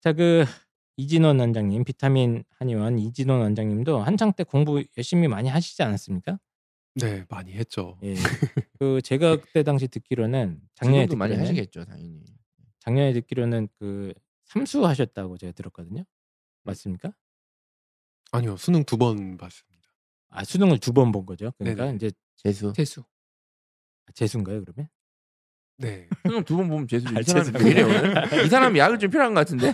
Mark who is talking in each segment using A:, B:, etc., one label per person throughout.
A: 자, 그 이진원 원장님, 비타민 한의원 이진원 원장님도 한창 때 공부 열심히 많이 하시지 않았습니까?
B: 네, 많이 했죠.
A: 예. 그 제가 그때 당시 듣기로는 작년에
C: 지금도
A: 듣기로는,
C: 많이 하시겠죠 당연히.
A: 작년에 듣기로는 그 삼수 하셨다고 제가
C: 네.
A: 들었거든요. 맞습니까?
B: 아니요, 수능 두 번 봤습니다.
A: 아, 수능을 두 번 본 거죠. 그러니까
B: 네네.
A: 이제 아,
C: 재수.
D: 재수.
A: 재수인가요, 그러면?
B: 네,
C: 수능 두번 보면 재수.
A: 아,
C: 이 사람
A: 죄송합니다.
C: 왜 이래 오늘? 이 사람 약을 좀 필요한 것 같은데.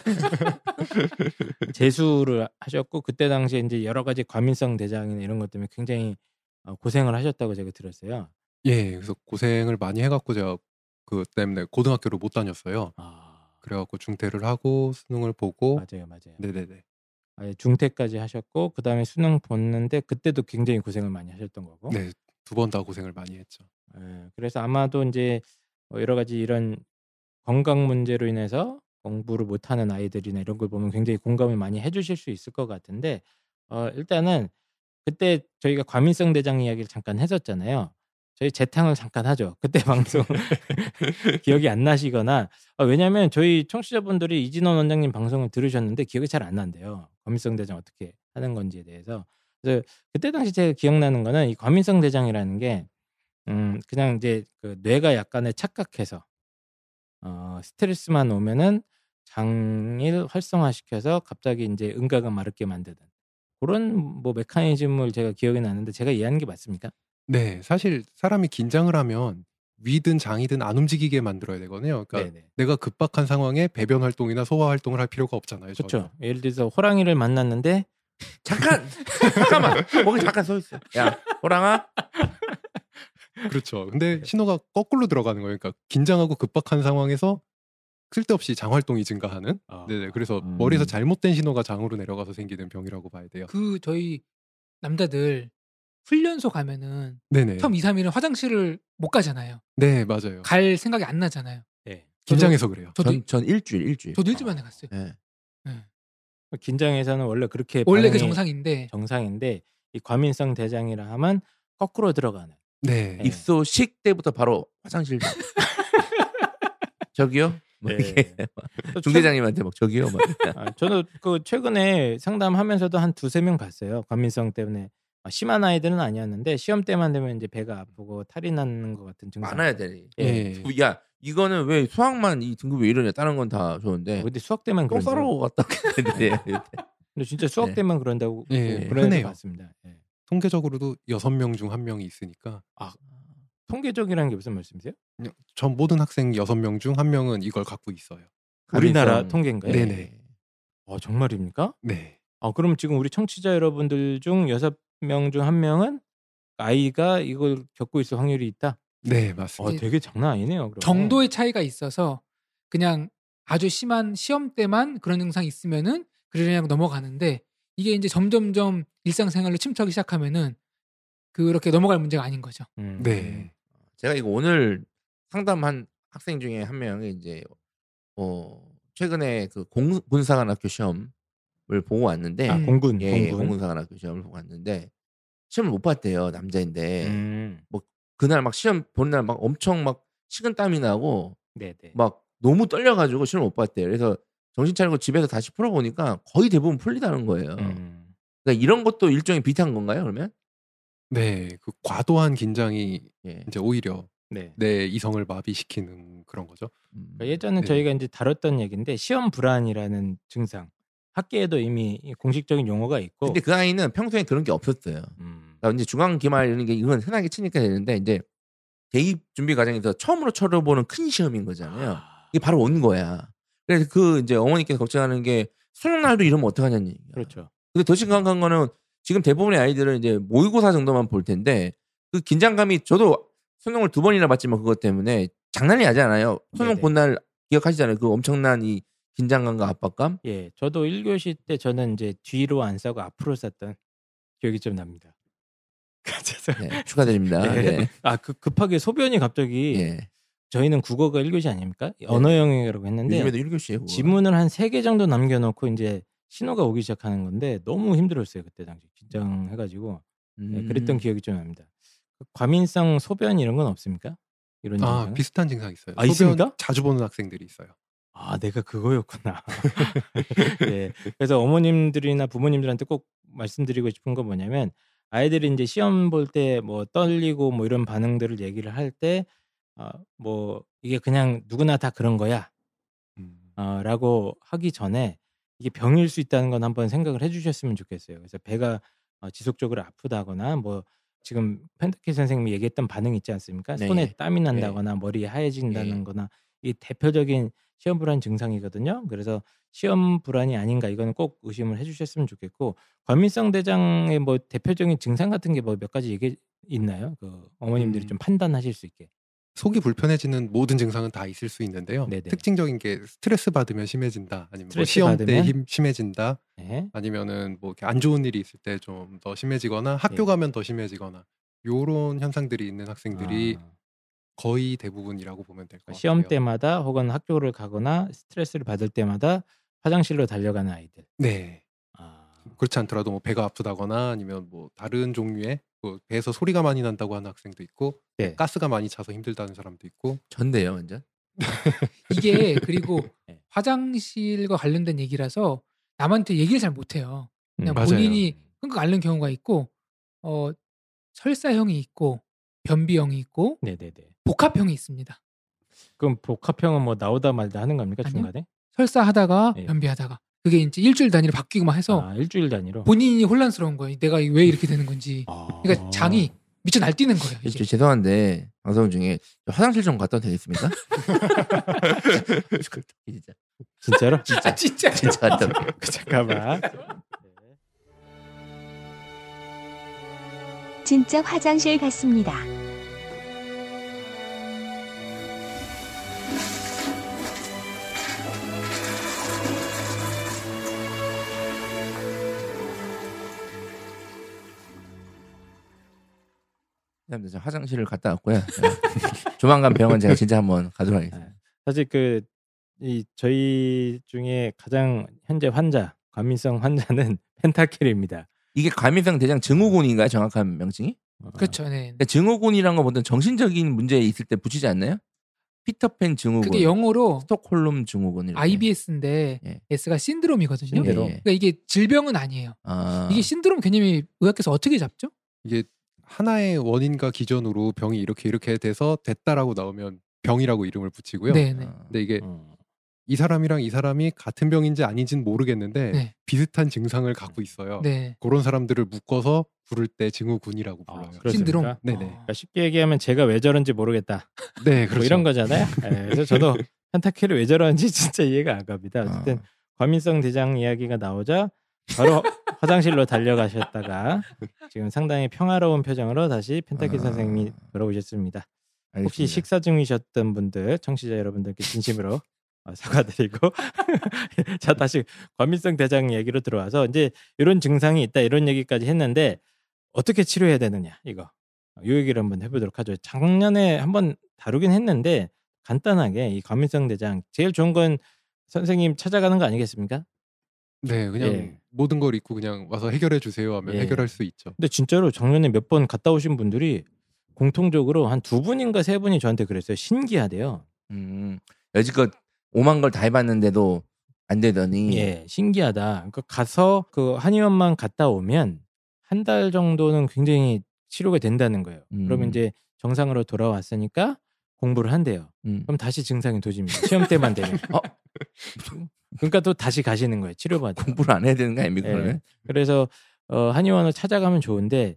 A: 재수를 하셨고 그때 당시에 이제 여러 가지 과민성 대장이나 이런 것 때문에 굉장히 어, 고생을 하셨다고 제가 들었어요.
B: 예, 그래서 고생을 많이 해갖고 제가 그 때문에 고등학교를 못 다녔어요.
A: 아,
B: 그래갖고 중퇴를 하고 수능을 보고,
A: 맞아요, 맞아요.
B: 네, 네, 네,
A: 아예 중퇴까지 하셨고 그 다음에 수능 봤는데 그때도 굉장히 고생을 많이 하셨던
C: 어?
A: 거고.
B: 네, 두 번 다 고생을 많이 했죠.
A: 예, 그래서 아마도 이제 어, 여러 가지 이런 건강 문제로 인해서 공부를 못하는 아이들이나 이런 걸 보면 굉장히 공감을 많이 해주실 수 있을 것 같은데 어, 일단은 그때 저희가 과민성 대장 이야기를 잠깐 했었잖아요. 저희 재탕을 잠깐 하죠. 그때 방송 기억이 안 나시거나 어, 왜냐하면 저희 청취자분들이 이진원 원장님 방송을 들으셨는데 기억이 잘 안 난대요. 과민성 대장 어떻게 하는 건지에 대해서. 그래서 그때 당시 제가 기억나는 거는 이 과민성 대장이라는 게 음, 그냥 이제 그 뇌가 약간의 착각해서 어, 스트레스만 오면은 장일 활성화시켜서 갑자기 이제 응가가 마르게 만드는 그런 뭐 메커니즘을 제가 기억이 나는데 제가 이해하는 게 맞습니까?
B: 네, 사실 사람이 긴장을 하면 위든 장이든 안 움직이게 만들어야 되거든요. 그러니까
A: 네.
B: 내가 급박한 상황에 배변 활동이나 소화 활동을 할 필요가 없잖아요. 저는.
A: 그렇죠. 예를 들어서 호랑이를 만났는데
C: 잠깐 잠깐만 거기 잠깐 서 있어. 야 호랑아.
B: 그렇죠. 근데 신호가 거꾸로 들어가는 거예요. 그러니까 긴장하고 급박한 상황에서 쓸데없이 장 활동이 증가하는. 네네. 그래서
C: 음.
B: 머리에서 잘못된 신호가 장으로 내려가서 생기는 병이라고 봐야 돼요.
D: 그 저희 남자들 훈련소 가면은
B: 네네.
D: 처음 2, 3일은 화장실을 못 가잖아요.
B: 네 맞아요.
A: 그렇죠.
D: 갈 생각이 안 나잖아요.
A: 예.
B: 긴장해서 그래요.
D: 저도
C: 전, 전 일주일 일주일.
D: 저도 일주일 만에
A: 아.
D: 갔어요.
C: 예.
A: 긴장해서는 원래 그렇게
D: 원래 그
A: 반응이
D: 정상인데
A: 정상인데 이 과민성 대장이라 하면 거꾸로 들어가는
B: 네.
A: 네.
C: 입소식 때부터 바로 화장실. 가. 저기요. 뭐
A: 네.
C: 이렇게
A: 또
C: 중대장님한테 막 저기요. 막.
A: 아, 저도 그 최근에 상담하면서도 한 두세 명 봤어요. 과민성 때문에 아, 심한 아이들은 아니었는데 시험 때만 되면 이제 배가 아프고 탈이 나는 것 같은 증상.
C: 많아야 돼.
A: 예.
B: 예.
C: 뭐 야 이거는 왜 수학만 이 등급이 왜 이러냐 다른 건 다 좋은데
A: 근데 수학 때만
C: 똥
A: 그런.
C: 싸러 갔다 네. 왔는데
A: 근데 진짜 수학
C: 네.
A: 때만 그런다고
B: 예,
A: 그런 애들
B: 흔해요.
A: 봤습니다. 예.
B: 통계적으로도 여섯 명 중 한 명이 있으니까
A: 통계적이라는 게 무슨 말씀이세요?
B: 그냥 전 모든 학생 여섯 명 중 한 명은 이걸 갖고 있어요.
A: 우리나라 통계인가요?
B: 네네.
A: 어, 정말입니까?
B: 네.
A: 아, 그럼 지금 우리 청취자 여러분들 중 여섯 명 중 한 명은 아이가 이걸 겪고 있을 확률이 있다.
B: 네
A: 어,
B: 맞습니다.
D: 네.
A: 되게 장난 아니네요. 그러면.
D: 정도의 차이가 있어서 그냥 아주 심한 시험 때만 그런 증상이 있으면은 그냥 넘어가는데 이게 이제 점점점 일상생활로 침투하기 시작하면은 그렇게 넘어갈 문제가 아닌 거죠.
A: 음.
B: 네.
C: 제가 이거 오늘 상담한 학생 중에 한 명이 이제 어 최근에 그 공, 군사관학교 시험을 보고 왔는데
A: 아,
D: 음.
A: 공군,
C: 예, 예,
A: 공군.
C: 공군사관학교 시험을 보고 왔는데 시험을 못 봤대요 남자인데
A: 음.
C: 그날 막 시험 보는 날 막 엄청 막 식은 땀이 나고
A: 네, 네.
C: 막 너무 떨려가지고 시험 못 봤대요. 그래서 정신 차리고 집에서 다시 풀어보니까 거의 대부분 풀리다는 거예요.
A: 음.
C: 그러니까 이런 것도 일종의 비탄 건가요, 그러면?
B: 네. 그 과도한 긴장이
C: 예.
B: 이제 오히려
A: 네.
B: 내 이성을 마비시키는 그런 거죠.
C: 음.
A: 그러니까 예전에
B: 네.
A: 저희가 이제 다뤘던 얘기인데 시험 불안이라는 증상 학계에도 이미 이 공식적인 용어가 있고
C: 근데 그 아이는 평소에 그런 게 없었어요.
A: 음,
C: 그러니까 이제 중간 기말 이런 게 이건 흔하게 치니까 되는데 이제 대입 준비 과정에서 처음으로 쳐다보는 큰 시험인 거잖아요. 이게 바로 온 거야. 그래서 그 이제 어머니께서 걱정하는 게 수능 날도 이러면 어떡하냐는 얘기야.
A: 그렇죠
C: 근데 더 심각한 거는 지금 대부분의 아이들은 이제 모의고사 정도만 볼 텐데 그 긴장감이 저도 수능을 두 번이나 봤지만 뭐 그것 때문에 장난이 하지 않아요. 수능
A: 네네.
C: 본 날 기억하시잖아요. 그 엄청난 이 긴장감과 압박감.
A: 예 저도 1교시 때 저는 이제 뒤로 안 싸고 앞으로 쌌던 기억이 좀 납니다 그래서
C: 네, 축하드립니다. 네.
A: 아 그, 급하게 소변이 갑자기
C: 예.
A: 저희는 국어가 1교시 아닙니까 언어 영역이라고 했는데
C: 요즘에도
B: 뭐
C: 1교시에요. 뭐.
A: 지문을 한 3개 정도 남겨놓고 이제 신호가 오기 시작하는 건데 너무 힘들었어요 그때 당시 긴장해가지고 예,
C: 음.
A: 그랬던
B: 음.
A: 기억이 좀 납니다. 과민성 소변 이런 건 없습니까? 이런
B: 아
A: 증상은?
B: 비슷한 증상 이 있어요.
A: 아, 있습니까?
B: 소변 자주 보는 학생들이 있어요.
A: 아, 내가 그거였구나. 예. 그래서 어머님들이나 부모님들한테 꼭 말씀드리고 싶은 건 뭐냐면 아이들이 이제 시험 볼 때 뭐 떨리고 뭐 이런 반응들을 얘기를 할 때, 아, 뭐 이게 그냥 누구나 다 그런 거야.
B: 음.
A: 어, 라고 하기 전에 이게 병일 수 있다는 건 한번 생각을 해주셨으면 좋겠어요. 그래서 배가 어, 지속적으로 아프다거나 뭐 지금 펜타키 선생님이 얘기했던 반응 있지 않습니까?
C: 네,
A: 손에
C: 예.
A: 땀이 난다거나 머리 하얘진다는
C: 예.
A: 거나 이 대표적인 시험 불안 증상이거든요. 그래서 시험 불안이 아닌가 이거는 꼭 의심을 해주셨으면 좋겠고 과민성 대장의 뭐 대표적인 증상 같은 게 뭐 몇 가지 얘기 있나요? 그 어머님들이
B: 음.
A: 좀 판단하실 수 있게.
B: 속이 불편해지는 모든 증상은 다 있을 수 있는데요.
A: 네네.
B: 특징적인 게 스트레스 받으면 심해진다. 아니면 뭐
A: 스트레스
B: 시험
A: 받으면?
B: 때 힘, 심해진다.
A: 네.
B: 아니면은 뭐 이렇게 안 좋은 일이 있을 때 좀 더 심해지거나 학교
A: 예.
B: 가면 더 심해지거나 요런 현상들이 있는 음. 학생들이
A: 아.
B: 거의 대부분이라고 보면 될 것 같아요.
A: 시험 때마다 혹은 학교를 가거나 스트레스를 받을 때마다 화장실로 달려가는 아이들.
B: 네.
A: 아,
B: 그렇지 않더라도 뭐 배가 아프다거나 아니면 뭐 다른 종류의 뭐 배에서 소리가 많이 난다고 하는 학생도 있고
A: 네.
B: 가스가 많이 차서 힘들다는 사람도 있고
C: 전데요, 완전.
D: 이게 그리고
A: 네.
D: 화장실과 관련된 얘기라서 남한테 얘기를 잘 못해요.
A: 음.
D: 그냥
B: 네, 맞아요.
D: 본인이 끙끙 앓는 경우가 있고 어 설사형이 있고 변비형이 있고
A: 네네네.
D: 복합형이 있습니다.
A: 그럼 복합형은 뭐 나오다 말다 하는 겁니까
D: 아니요.
A: 중간에?
D: 설사하다가
A: 네.
D: 변비하다가 그게 이제 일주일 단위로 바뀌고 막 해서
A: 아 일주일 단위로.
D: 본인이 혼란스러운 거예요. 내가 왜 이렇게 되는 건지.
A: 아.
D: 그러니까 장이 미쳐 날뛰는 거예요. 이게.
C: 저 죄송한데 방송 중에 저 화장실 좀 갔다 와도 되겠습니까? 진짜
A: 진짜로?
D: 아, 진짜.
C: 진짜 갔다 올게요.
A: 잠깐만.
D: 네.
E: 진짜 화장실 갔습니다.
C: 죄송합니다. 저그 화장실을 갔다 왔고요. 네. 조만간 병원 제가 진짜 한번 가도록 하겠습니다.
A: 사실 그 이 저희 중에 가장 현재 환자 과민성 환자는 펜타킬입니다.
C: 이게 과민성 대장 증후군인가요? 정확한 명칭이?
A: 어,
D: 그렇죠. 네.
C: 그러니까 증후군이란 건 보통 정신적인 문제 있을 때 붙이지 않나요? 피터팬 증후군,
D: 그게 영어로
C: 스톡홀름 증후군 이렇게.
D: IBS인데
C: 예.
D: S가 예. 신드롬이거든요.
A: 신드롬.
D: 그러니까 이게 질병은 아니에요.
C: 아,
D: 이게 신드롬 개념이 의학계에서 어떻게 잡죠?
B: 이게 하나의 원인과 기전으로 병이 이렇게 이렇게 돼서 됐다라고 나오면 병이라고 이름을 붙이고요.
D: 네, 네.
C: 아,
B: 근데 이게
A: 어.
B: 이 사람이랑 이 사람이 같은 병인지 아닌지는 모르겠는데
D: 네.
B: 비슷한 증상을 갖고 있어요.
D: 네.
B: 그런 사람들을 묶어서 부를 때 증후군이라고
A: 아,
B: 불러요.
A: 그렇습니까?
D: 신드롬.
B: 네네.
D: 어.
A: 그러니까 쉽게 얘기하면 제가 왜 저런지 모르겠다.
B: 네,
A: 뭐
B: 그렇죠.
A: 이런 거잖아요. 예, 그래서 저도 펜타킬이 왜 저러는지 진짜 이해가 안 갑니다. 어쨌든
C: 아.
A: 과민성 대장 이야기가 나오자 바로 화장실로 달려가셨다가 지금 상당히 평화로운 표정으로 다시 펜타킬
C: 아.
A: 선생님이 돌아오셨습니다. 혹시
C: 알겠습니다.
A: 식사 중이셨던 분들 청취자 여러분들께 진심으로 어, 사과드리고 자 다시 과민성 대장 얘기로 들어와서 이제 이런 증상이 있다 이런 얘기까지 했는데 어떻게 치료해야 되느냐 이거 요 얘기를 한번 해보도록 하죠. 작년에 한번 다루긴 했는데 간단하게 이 과민성 대장 제일 좋은 건 선생님 찾아가는 거 아니겠습니까?
B: 네, 그냥
A: 예.
B: 모든 걸 잊고 그냥 와서 해결해 주세요 하면
A: 예.
B: 해결할 수 있죠.
A: 근데 진짜로 작년에 몇 번 갔다 오신 분들이 공통적으로 한 두 분인가 세 분이 저한테 그랬어요. 신기하대요.
C: 음, 여지껏 오만 걸 다 해봤는데도 안 되더니
A: 예, 신기하다. 그러니까 가서 그 한의원만 갔다 오면 한 달 정도는 굉장히 치료가 된다는 거예요.
C: 음.
A: 그러면 이제 정상으로 돌아왔으니까 공부를 한대요.
C: 음.
A: 그럼 다시 증상이 도집니다. 시험 때만 되면.
C: 어?
A: 그러니까 또 다시 가시는 거예요. 치료받으러.
C: 공부를 안 해야 되는 거 아닙니까?
A: 예.
C: 그러면?
A: 그래서 어, 한의원을 찾아가면 좋은데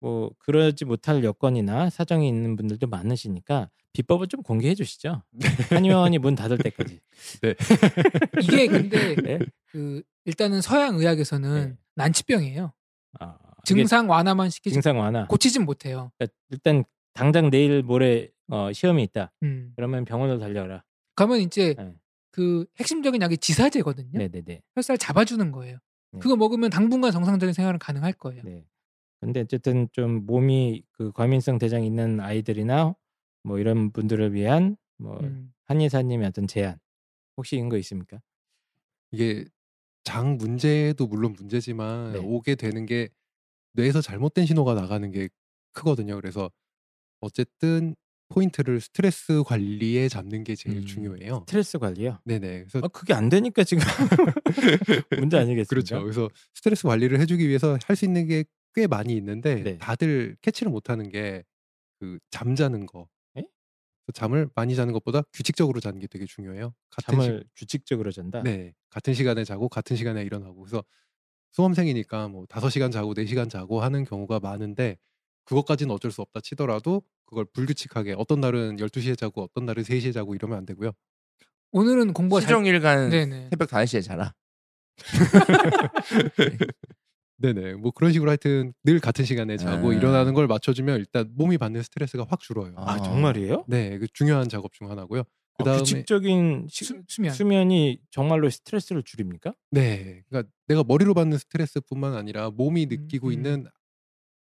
A: 뭐 그러지 못할 여건이나 사정이 있는 분들도 많으시니까 비법을 좀 공개해 주시죠. 한의원이 문 닫을 때까지.
D: 이게 근데
A: 네?
D: 그 일단은 서양 의학에서는
A: 네.
D: 난치병이에요.
A: 아, 이게
D: 증상 완화만 시키지
A: 증상 완화.
D: 고치진 못해요.
A: 그러니까 일단 당장 내일 모레 어, 시험이 있다.
D: 음.
A: 그러면 병원으로 달려라.
D: 그러면 이제
A: 네.
D: 그 핵심적인 약이 지사제거든요.
A: 네, 네, 네.
D: 혈사를 잡아주는 거예요.
A: 네.
D: 그거 먹으면 당분간 정상적인 생활은 가능할 거예요.
A: 네. 근데 어쨌든 좀 몸이 그 과민성 대장 있는 아이들이나 뭐 이런 분들을 위한 뭐
D: 음.
A: 한의사님의 어떤 제안 혹시 이런 거 있습니까?
B: 이게 장 문제도 물론 문제지만
A: 네.
B: 오게 되는 게 뇌에서 잘못된 신호가 나가는 게 크거든요. 그래서 어쨌든 포인트를 스트레스 관리에 잡는 게 제일
A: 음.
B: 중요해요.
A: 스트레스 관리요.
B: 네네. 그래서
A: 아, 그게 안 되니까 지금 문제 아니겠습니까?
B: 그렇죠. 그래서 스트레스 관리를 해주기 위해서 할 수 있는 게 꽤 많이 있는데
A: 네.
B: 다들 캐치를 못하는 게 그 잠자는 거.
A: 에?
B: 그래서 잠을 많이 자는 것보다 규칙적으로 자는 게 되게 중요해요. 같은 시-
A: 잠을 규칙적으로 잔다.
B: 네, 같은 시간에 자고 같은 시간에 일어나고 그래서 수험생이니까 뭐 다섯 시간 자고 네 시간 자고 하는 경우가 많은데 그것까지는 어쩔 수 없다 치더라도 그걸 불규칙하게 어떤 날은 12시에 자고 어떤 날은 3시에 자고 이러면 안 되고요.
D: 오늘은 공부가 잘
C: 시종일관
D: 네네.
C: 새벽 5시에 자라.
B: 네네. 뭐 그런 식으로 하여튼 늘 같은 시간에 자고
C: 아.
B: 일어나는 걸 맞춰주면 일단 몸이 받는 스트레스가 확 줄어요.
A: 아
C: 아.
A: 정말이에요?
B: 네. 그 중요한 작업 중 하나고요.
A: 아,
B: 그다음에
A: 규칙적인 시-
D: 수, 수면.
A: 수면이 정말로 스트레스를 줄입니까?
B: 네. 그러니까 내가 머리로 받는 스트레스뿐만 아니라 몸이 느끼고
D: 음.
B: 있는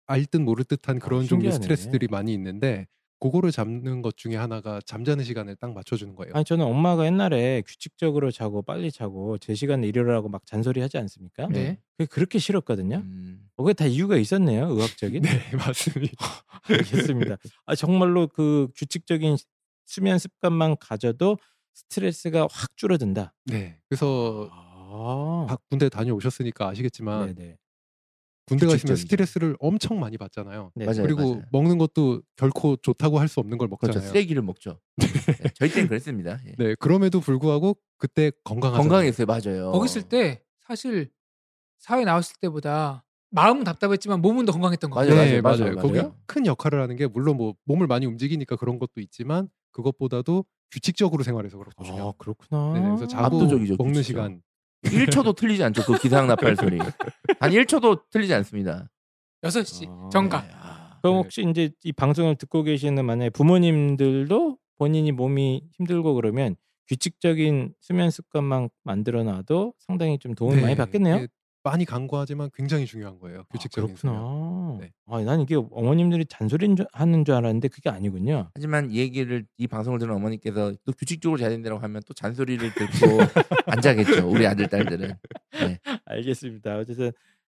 B: 알듯 모를 듯한 그런 종류의
A: 신기하네.
B: 스트레스들이 많이 있는데 그거를 잡는 것 중에 하나가 잠자는 시간을 딱 맞춰주는 거예요.
A: 아니 저는 엄마가 옛날에 규칙적으로 자고 빨리 자고 제 시간에 일어나라고 막 잔소리 하지 않습니까?
D: 네.
A: 그게 그렇게 싫었거든요.
C: 음.
A: 어, 그게 다 이유가 있었네요. 의학적인.
B: 네, 맞습니다.
A: 알겠습니다. 아 정말로 그 규칙적인 시- 수면 습관만 가져도 스트레스가 확 줄어든다.
B: 네. 그래서
A: 아,
B: 박- 군대 다녀오셨으니까 아시겠지만
A: 네네.
B: 군대 가시면
C: 규칙적이죠.
B: 스트레스를 엄청 많이 받잖아요.
A: 네.
C: 맞아요.
B: 그리고
C: 맞아요.
B: 먹는 것도 결코 좋다고 할 수 없는 걸
C: 그렇죠.
B: 먹잖아요.
C: 쓰레기를 먹죠. 네, 저희 때는 그랬습니다. 예.
B: 네, 그럼에도 불구하고 그때 건강하잖아요.
C: 건강했어요. 맞아요.
D: 거기 있을 때 사실 사회 나왔을 때보다 마음은 답답했지만 몸은 더 건강했던 거
C: 맞아요.
D: 같아요.
B: 네, 맞아요.
C: 맞아요,
B: 거기
C: 맞아요.
B: 큰 역할을 하는 게 물론 뭐 몸을 많이 움직이니까 그런 것도 있지만 그것보다도 규칙적으로 생활해서
A: 아
B: 그렇거든요.
A: 그렇구나. 아.
B: 네, 그래서 자고
C: 압도적이죠,
B: 먹는
C: 규칙적.
B: 시간.
C: 1초도 틀리지 않죠. 그 기상 나팔 소리. 단 1초도 틀리지 않습니다.
D: 여섯 시
A: 아.
D: 정각.
C: 네, 아.
A: 그럼
B: 네.
A: 혹시 이제 이 방송을 듣고 계시는 만약에 부모님들도 본인이 몸이 힘들고 그러면 규칙적인 수면 습관만 만들어 놔도 상당히 좀 도움이
B: 네,
A: 많이 받겠네요.
B: 이게 많이 강구하지만 굉장히 중요한 거예요. 규칙적인
A: 아, 그렇구나.
B: 수면. 네.
A: 아, 난 이게 어머님들이 잔소리 하는 줄 알았는데 그게 아니군요.
C: 하지만 이 얘기를 이 방송을 들은 어머니께서 또 규칙적으로 자야 된다고 하면 또 잔소리를 듣고 안 자겠죠. 우리 아들 딸들은. 네.
A: 알겠습니다. 어쨌든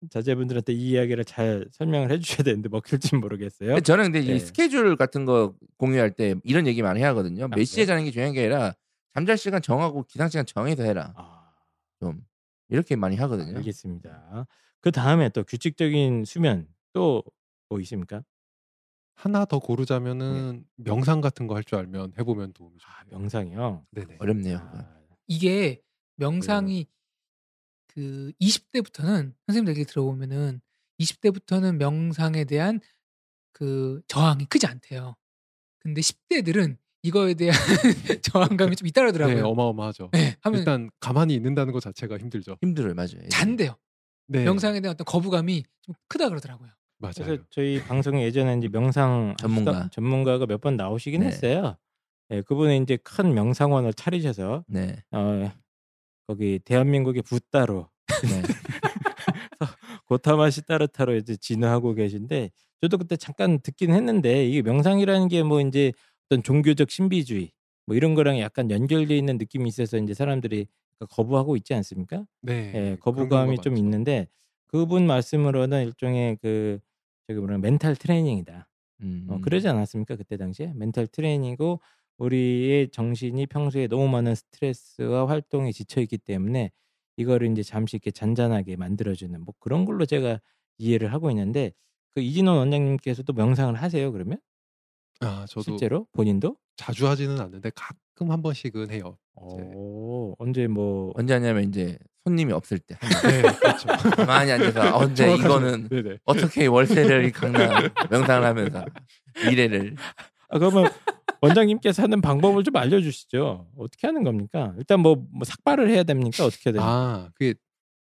A: 자제분들한테 이 이야기를 잘 설명을 해주셔야 되는데 먹힐진 모르겠어요.
C: 근데 저는 근데
A: 네.
C: 이 스케줄 같은 거 공유할 때 이런 얘기 많이 하거든요.
A: 네.
C: 몇 시에 자는 게 중요한 게 아니라 잠잘 시간 정하고 기상 시간 정해서 해라.
A: 아,
C: 좀 이렇게 많이 하거든요.
A: 알겠습니다. 네. 그 다음에 또 규칙적인 수면 또 뭐 있습니까?
B: 하나 더 고르자면은 명상 같은 거 할 줄 알면 해보면 도움이 좋아요.
A: 아, 명상이요.
B: 네네.
C: 어렵네요. 그건.
A: 아,
B: 네.
D: 이게 명상이 그 20대부터는 선생님 얘기 들어보면은 20대부터는 명상에 대한 그 저항이 크지 않대요. 근데 10대들은 이거에 대한 저항감이 좀 있다라더라고요.
B: 네, 어마어마하죠.
D: 네, 하면
B: 일단 가만히 있는다는 것 자체가 힘들죠.
C: 힘들어요, 맞아요.
D: 잔대요.
B: 네,
D: 명상에 대한 어떤 거부감이 좀 크다 그러더라고요.
B: 맞아요.
A: 그래서 저희 방송에 예전에 이제 명상
C: 전문가.
A: 하시던 전문가가 몇 번 나오시긴
C: 네.
A: 했어요. 예, 그분은 이제 큰 명상원을 차리셔서
C: 네.
A: 어, 거기 대한민국의 붓따로
C: 네.
A: 고타마시 따르타로 이제 진화하고 계신데 저도 그때 잠깐 듣긴 했는데 이게 명상이라는 게 뭐 이제 어떤 종교적 신비주의 뭐 이런 거랑 약간 연결돼 있는 느낌이 있어서 이제 사람들이 그러니까 거부하고 있지 않습니까?
B: 네,
A: 예,
B: 그런 경우가
A: 거부감이 좀
B: 많죠.
A: 있는데 그분 말씀으로는 일종의 그 저기 뭐라 멘탈 트레이닝이다.
C: 음.
A: 어, 그러지 않았습니까 그때 당시에 멘탈 트레이닝이고 우리의 정신이 평소에 너무 많은 스트레스와 활동에 지쳐 있기 때문에 이거를 이제 잠시 이렇게 잔잔하게 만들어주는 뭐 그런 걸로 제가 이해를 하고 있는데 그 이진원 원장님께서도 명상을 하세요 그러면
B: 아, 저도
A: 실제로 본인도
B: 자주 하지는 않는데 가끔 한 번씩은 해요.
A: 오, 언제 뭐
C: 언제 하냐면 이제 손님이 없을 때
B: 네, 그렇죠.
C: 가만히 앉아서 어, 근데 이거는
B: 네네.
C: 어떻게 월세를 강남 명상을 하면서 미래를
A: 아, 그러면 원장님께서 하는 방법을 좀 알려주시죠 어떻게 하는 겁니까 일단 뭐, 뭐 삭발을 해야 됩니까 어떻게 해야 됩니까
B: 아, 그게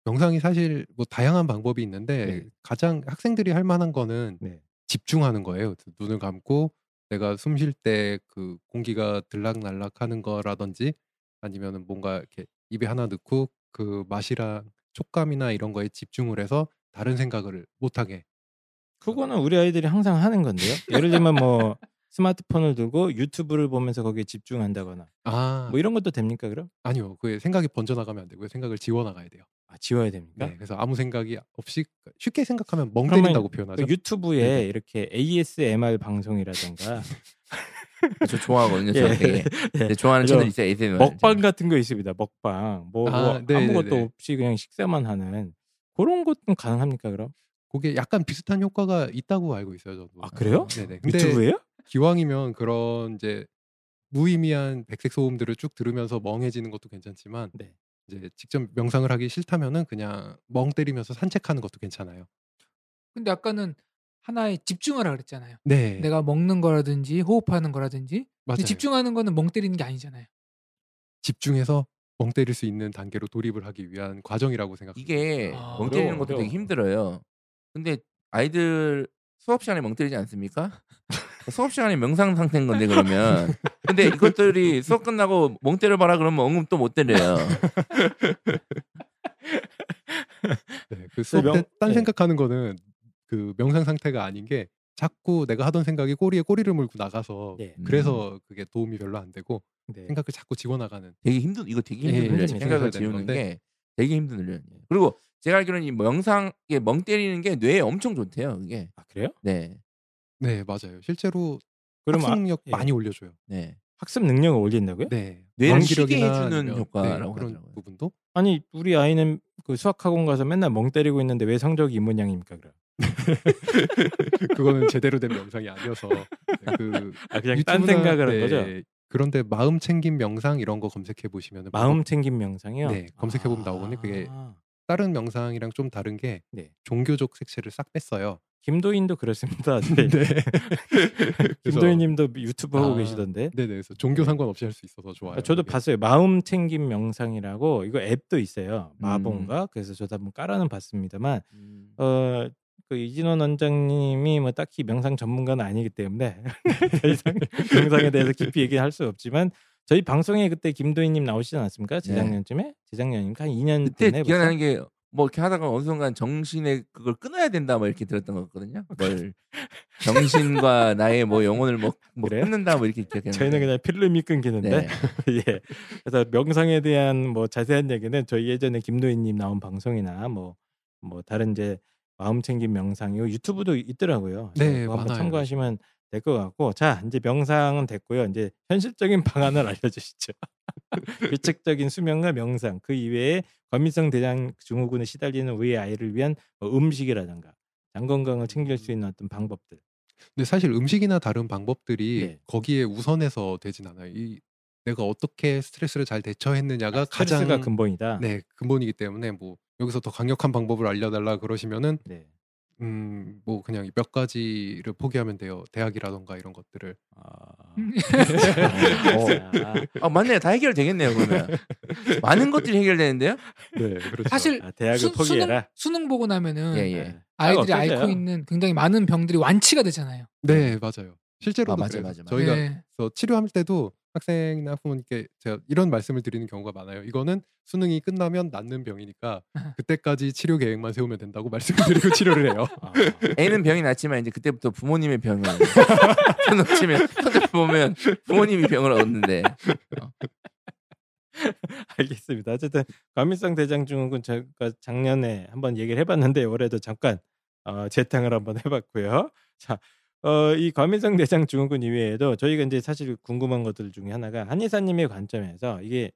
B: 명상이 사실 뭐 다양한 방법이 있는데
A: 네.
B: 가장 학생들이 할 만한 거는
A: 네.
B: 집중하는 거예요. 눈을 감고 내가 숨 쉴 때 그 공기가 들락날락하는 거라든지 아니면은 뭔가 이렇게 입에 하나 넣고 그 맛이랑 촉감이나 이런 거에 집중을 해서 다른 생각을 못하게
A: 그거는 우리 아이들이 항상 하는 건데요. 예를 들면 뭐 스마트폰을 들고 유튜브를 보면서 거기에 집중한다거나
B: 아
A: 뭐 이런 것도 됩니까 그럼?
B: 아니요 그게 생각이 번져나가면 안 되고요 생각을 지워나가야 돼요
A: 아 지워야 됩니까?
B: 네, 그래서 아무 생각이 없이 그러니까 쉽게 생각하면
A: 그러면
B: 멍때린다고
A: 그
B: 표현하죠
A: 유튜브에
B: 네네.
A: 이렇게 ASMR 방송이라던가
C: 저 좋아하거든요. 저
A: 예.
C: 되게
A: 예.
C: 네, 좋아하는
A: 그래서
C: 채널 있어요. 에이세이
A: 먹방 같은 거 있습니다. 먹방 뭐,
B: 그렇죠. 아,
A: 뭐
B: 네,
A: 아무것도
B: 네, 네.
A: 없이 그냥 식사만 하는 그런 것도 가능합니까 그럼?
B: 그게 약간 비슷한 효과가 있다고 알고 있어요. 저도.
A: 아, 그래요?
B: 네네. 근데
A: 유튜브예요?
B: 기왕이면 그런 이제 무의미한 백색 소음들을 쭉 들으면서 멍해지는 것도 괜찮지만
A: 네.
B: 이제 직접 명상을 하기 싫다면은 그냥 멍 때리면서 산책하는 것도 괜찮아요.
D: 근데 아까는 하나에 집중하라 그랬잖아요.
B: 네.
D: 내가 먹는 거라든지 호흡하는 거라든지
A: 그
B: 맞아요.
D: 근데 집중하는 거는 멍 때리는 게 아니잖아요.
B: 해서멍 때릴 수 있는 단계로 돌입을 하기 위한 과정이라고 생각합니다.
C: 이게
D: 아,
C: 멍 때리는
A: 어려워,
C: 것도 되게
A: 어려워.
C: 힘들어요. 근데 아이들 수업 시간에 멍 때리지 않습니까? 수업 시간에 명상 상태인 건데 그러면 근데 이것들이 수업 끝나고 멍 때려봐라 그러면 엉금 또 못 때려요.
B: 네, 그 수업
A: 명-
B: 때 딴
A: 네.
B: 생각하는 거는 그 명상 상태가 아닌 게 자꾸 내가 하던 생각이 꼬리에 꼬리를 물고 나가서
A: 네.
B: 그래서 그게 도움이 별로 안 되고
A: 네.
B: 생각을 자꾸 집어나가는
C: 되게 힘든 이거 되게
B: 예,
C: 힘든 훈련이에요.
A: 힘듭니다.
C: 생각을
B: 해야 되는
C: 지우는
B: 건데.
C: 게 되게 힘든 훈련이에요. 그리고 제가 알기로는 이 명상 이게 멍 때리는 게 뇌에 엄청 좋대요. 그게
A: 아 그래요?
C: 네
B: 네 맞아요 실제로
A: 그럼
B: 학습
A: 아,
B: 능력
A: 예.
B: 많이 올려줘요
C: 네.
A: 학습 능력을 올린다고요?
B: 네
C: 뇌를
B: 암기력이나
C: 쉬게 해주는
B: 아니면, 네,
C: 효과라고
B: 그런
C: 하더라고요.
B: 부분도
A: 아니 우리 아이는 그 수학학원 가서 맨날 멍 때리고 있는데 왜 성적이 이 모양입니까 그럼?
B: 그거는 제대로 된 명상이 아니어서 네, 그 네,
A: 아 그냥 딴 생각을 한 거죠.
B: 그런데 마음 챙김 명상 이런 거 검색해 뭐 보시면
A: 마음 챙김 명상이요. 아.
B: 네, 검색해보면 나오거든요. 그게 다른 명상이랑 좀 다른 게
A: 네.
B: 종교적 색채를 싹 뺐어요.
A: 김도인도 그렇습니다. 네.
B: 그래서-
A: 김도인님도 유튜브 하고
B: 아,
A: 계시던데.
B: 네네. 그래서 종교 상관없이 할 수 있어서 좋아요. 예. 네.
A: 아, 저도
B: 이게.
A: 봤어요. 마음 챙김 명상이라고 이거 앱도 있어요.
B: 음.
A: 마본가 그래서 저도 한번 깔아는 봤습니다만 어그 이진원 원장님이 뭐 딱히 명상 전문가는 아니기 때문에 더 이상 명상에 대해서 깊이 얘기할 수 없지만 저희 방송에 그때 김도인님 나오시지 않았습니까? 재작년쯤에 재작년인가 한 2년
C: 네. 그때
A: 됐네, 벌써?
C: 기억나는 게 뭐 이렇게 하다가 어느 순간 정신에 그걸 끊어야 된다 뭐 이렇게 들었던 거거든요. 뭘 정신과 나의 뭐 영혼을 뭐, 뭐
A: 그래요?
C: 끊는다 뭐 이렇게 기억해요.
A: 저희는 그냥 필름이 끊기는데
C: 네.
A: 예. 그래서 명상에 대한 뭐 자세한 얘기는 저희 예전에 김도희님 나온 방송이나 뭐 뭐 다른 이제 마음 챙김 명상 이거 유튜브도 있더라고요.
B: 네,
A: 그거 한번
B: 많아요.
A: 참고하시면 될 것 같고 자 이제 명상은 됐고요. 이제 현실적인 방안을 알려주시죠. 규칙적인 수면과 명상 그 이외에 과민성 대장 증후군에 시달리는 우리 아이를 위한 뭐 음식이라든가 장 건강을 챙길 수 있는 어떤 방법들.
B: 근데 사실 음식이나 다른 방법들이
A: 네.
B: 거기에 우선해서 되진 않아요. 이 내가 어떻게 스트레스를 잘 대처했느냐가 가장
A: 아, 스트레스가 근본이다.
B: 네 근본이기 때문에 뭐 여기서 더 강력한 방법을 알려달라 그러시면은
A: 네.
B: 음뭐 그냥 몇 가지를 포기하면 돼요. 대학이라던가 이런 것들을
A: 아,
D: 음.
A: 어.
C: 아 맞네요. 다 해결되겠네요 그러면 많은 것들이 해결되는데요.
B: 네 그렇죠.
D: 사실
A: 아, 대학을
D: 수,
A: 포기해라. 네.
D: 능 보고 나면은
C: 예, 예.
D: 아이들이
A: 없어져요.
D: 앓고 있는 굉장히 많은 병들이 완치가 되잖아요.
B: 네 맞아요. 실제로도
C: 아, 맞아,
B: 그래요.
C: 맞아, 맞아.
B: 저희가
D: 예.
B: 그래서 치료할 때도 학생이나 부모님께 제가 이런 말씀을 드리는 경우가 많아요. 이거는 수능이 끝나면 낫는 병이니까 그때까지 치료 계획만 세우면 된다고 말씀을 드리고 치료를 해요.
A: 아,
C: 애는 병이 났지만 이제 그때부터 부모님의 병을 놓치면 보면 부모님이 병을 얻는데
A: 알겠습니다. 어쨌든 과민성 대장증후군 제가 작년에 한번 얘기를 해봤는데 올해도 잠깐 어, 재탕을 한번 해봤고요. 자, 어, 이 과민성 대장증후군 이외에도 저희가 이제 사실 궁금한 것들 중에 하나가 한의사님의 관점에서 이게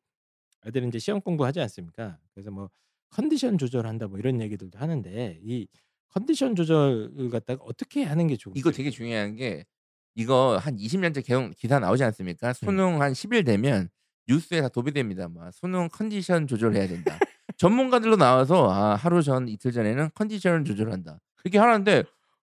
A: 애들은 이제 시험 공부하지 않습니까? 그래서 뭐 컨디션 조절한다 뭐 이런 얘기들도 하는데 이 컨디션 조절을 갖다가 어떻게 하는 게 좋을까?
C: 이거 되게 중요한 게 이거 한 20년째 계속 기사 나오지 않습니까? 수능 한 10일 되면 뉴스에 다 도배됩니다. 막 수능 컨디션 조절해야 된다. 전문가들로 나와서 아, 하루 전 이틀 전에는 컨디션을 조절한다. 이렇게 하는데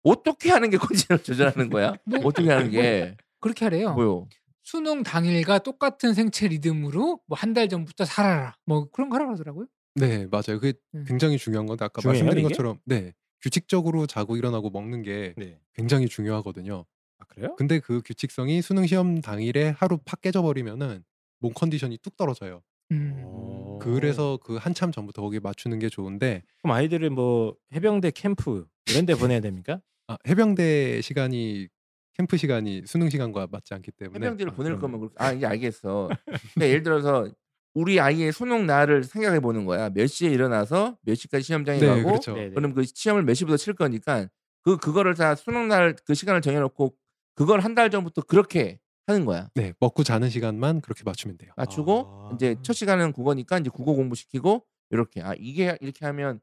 C: 어떻게 하는 게 컨디션을 조절하는 거야?
D: 뭐-
C: 어떻게 하는 게
D: 그렇게 하래요.
C: 뭐요?
D: 수능 당일과 똑같은 생체 리듬으로 뭐 한 달 전부터 살아라. 뭐 그런 거 하라고 그러더라고요.
B: 네 맞아요. 그게
D: 음.
B: 굉장히 중요한 건데 아까
A: 중요해요,
B: 말씀드린
A: 이게?
B: 것처럼 네 규칙적으로 자고 일어나고 먹는 게
A: 네.
B: 굉장히 중요하거든요.
A: 아 그래요?
B: 근데 그 규칙성이 수능 시험 당일에 하루 팍 깨져버리면은 몸 컨디션이 뚝 떨어져요.
D: 음.
A: 오.
B: 그래서 그 한참 전부터 거기에 맞추는 게 좋은데
A: 그럼 아이들을 뭐 해병대 캠프 이런 데 보내야 됩니까?
B: 아, 해병대 시간이 캠프 시간이 수능 시간과 맞지 않기 때문에
C: 해병대를
B: 아,
C: 보낼
B: 그러면-
C: 거면 그렇게, 아 이제 알겠어. 그러니까 예를 들어서 우리 아이의 수능 날을 생각해 보는 거야. 몇 시에 일어나서 몇 시까지 시험장에
B: 네
C: 가고
B: 그렇죠.
A: 네네.
C: 그럼 그 시험을 몇 시부터 칠 거니까 그 그거를 다 수능 날 그 시간을 정해놓고 그걸 한 달 전부터 그렇게 하는 거야.
B: 네, 먹고 자는 시간만 그렇게 맞추면 돼요.
C: 맞추고
A: 아.
C: 이제 첫 시간은 국어니까 이제 국어 공부시키고 이렇게 아 이게 이렇게 하면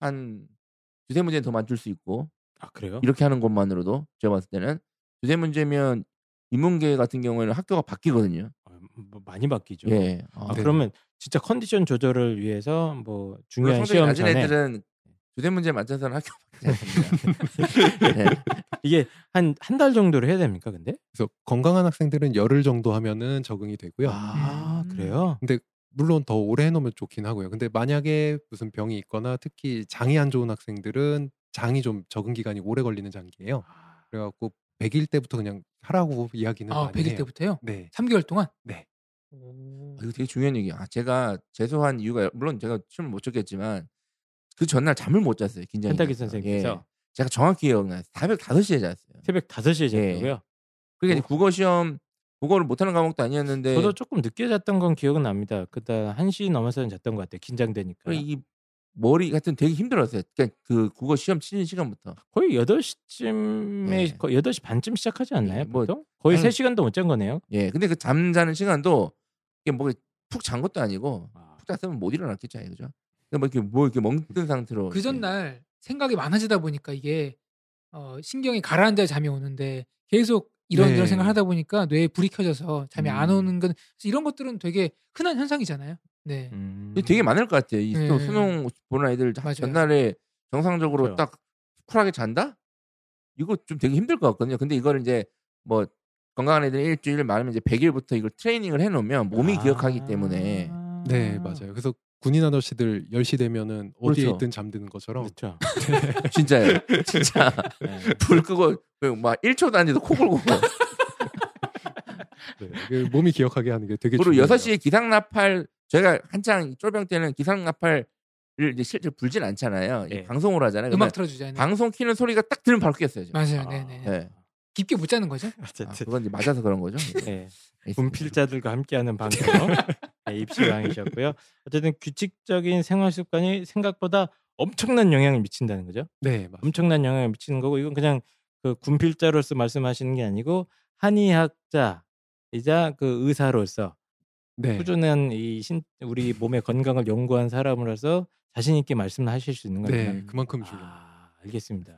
C: 한 두세 문제 더 맞출 수 있고
A: 아 그래요?
C: 이렇게 하는 것만으로도 제가 봤을 때는 두세 문제면 인문계 같은 경우에는 학교가 바뀌거든요.
A: 어, 뭐 많이 바뀌죠.
C: 예. 어.
A: 아,
B: 네.
A: 그러면 진짜 컨디션 조절을 위해서 뭐
C: 물론
A: 중요한
C: 성적이
A: 시험
C: 낮은
A: 전에
C: 애들은 두세 문제 맞춰서는 학교
A: 네.
C: 바뀌지 않습니다. 예.
A: 이게 한 한 달 정도를 해야 됩니까? 근데
B: 그래서 건강한 학생들은 열흘 정도 하면은 적응이 되고요.
A: 아
D: 음.
A: 그래요?
B: 물론 더 오래 해놓으면 좋긴 하고요. 근데 만약에 무슨 병이 있거나 특히 장이 안 좋은 학생들은 장이 좀 적응 기간이 오래 걸리는 장기예요. 그래갖고 100일 때부터 그냥 하라고 이야기는
D: 아,
B: 많이
D: 100일
B: 해요.
D: 때부터요?
B: 네,
D: 3개월 동안?
B: 네.
C: 아, 이거 되게 중요한 얘기야. 아, 제가 재수한 이유가 물론 제가 춤을 못 췄겠지만 그 전날 잠을 못 잤어요. 긴장이.
A: 한타기
C: 돼서.
A: 선생님께서
C: 예. 제가 정확히 기억나요. 새벽 5시에 잤어요.
A: 새벽
C: 예.
A: 5시에 잤다고요?
C: 그러니까 이제 국어 시험 국어를 못하는 과목도 아니었는데
A: 저도 조금 늦게 잤던 건 기억은 납니다. 그다 1시 넘어서는 잤던 것 같아요. 긴장되니까.
C: 그리고 이 머리 같은 되게 힘들었어요. 그러니까 그 국어 시험 치는 시간부터
A: 거의 8시쯤에
C: 네.
A: 거의 8시 반쯤 시작하지 않나요?
C: 예, 뭐,
A: 보통? 거의
C: 아니,
A: 3시간도 못 잔 거네요.
C: 예 근데 그 잠자는 시간도 이게 뭐푹잔 것도 아니고 푹 잤으면 못 일어났겠죠, 그죠? 근데 뭐 이렇게 뭐 이렇게 멍든
B: 어,
C: 상태로
D: 그
B: 예.
D: 전날 생각이 많아지다 보니까 이게 어, 신경이 가라앉아야 잠이 오는데 계속 이런저런
B: 네.
D: 생각을 하다 보니까 뇌에 불이 켜져서 잠이 안
A: 음.
D: 오는 건 그래서 이런 것들은 되게 흔한 현상이잖아요. 네.
A: 음.
C: 이게 되게 많을 것 같아요. 이
D: 네.
C: 또 수능 보는 아이들 자-
D: 맞아요.
C: 전날에 정상적으로
A: 그래요.
C: 딱 쿨하게 잔다? 이거 좀 되게 힘들 것 같거든요. 근데 이걸 이제 뭐 건강한 애들은 일주일 많으면 이제 100일부터 이걸 트레이닝을 해놓으면 몸이
A: 아.
C: 기억하기 때문에
B: 네 맞아요. 그래서 군인 아저씨들 10시 되면은 어디에
C: 그렇죠.
B: 있든 잠드는 것처럼
A: 그렇죠.
C: 진짜예요. 진짜
A: 네.
C: 불 끄고 그막 1초도 안 돼도 코 골고
B: 네, 그 몸이 기억하게 하는 게 되게
C: 그리고
B: 중요해요.
C: 6시에 기상나팔 저희가 한창 쫄병 때는 기상나팔을 이제 실제 불진 않잖아요.
A: 네.
C: 방송으로 하잖아요.
D: 음악
C: 그러면
D: 틀어주자. 네.
C: 방송 키는 소리가 딱 들으면 바로 깼어요. 저는.
D: 맞아요.
A: 아.
D: 네, 네.
C: 네.
D: 깊게 못 자는 거죠?
C: 아,
A: 어쨌든
C: 그건 이제 맞아서 그런 거죠.
A: 네.
C: 알겠습니다.
A: 분필자들과 함께하는 방송 네, 입시왕이셨고요. 어쨌든 규칙적인 생활 습관이 생각보다 엄청난 영향을 미친다는 거죠.
B: 네 맞습니다.
A: 엄청난 영향을 미치는 거고 이건 그냥 그 군필자로서 말씀하시는 게 아니고 한의학자이자 그 의사로서
B: 네.
A: 꾸준한 이 신, 우리 몸의 건강을 연구한 사람으로서 자신 있게 말씀하실 수 있는 거죠.
B: 네 그만큼 중요해요.
A: 아, 알겠습니다.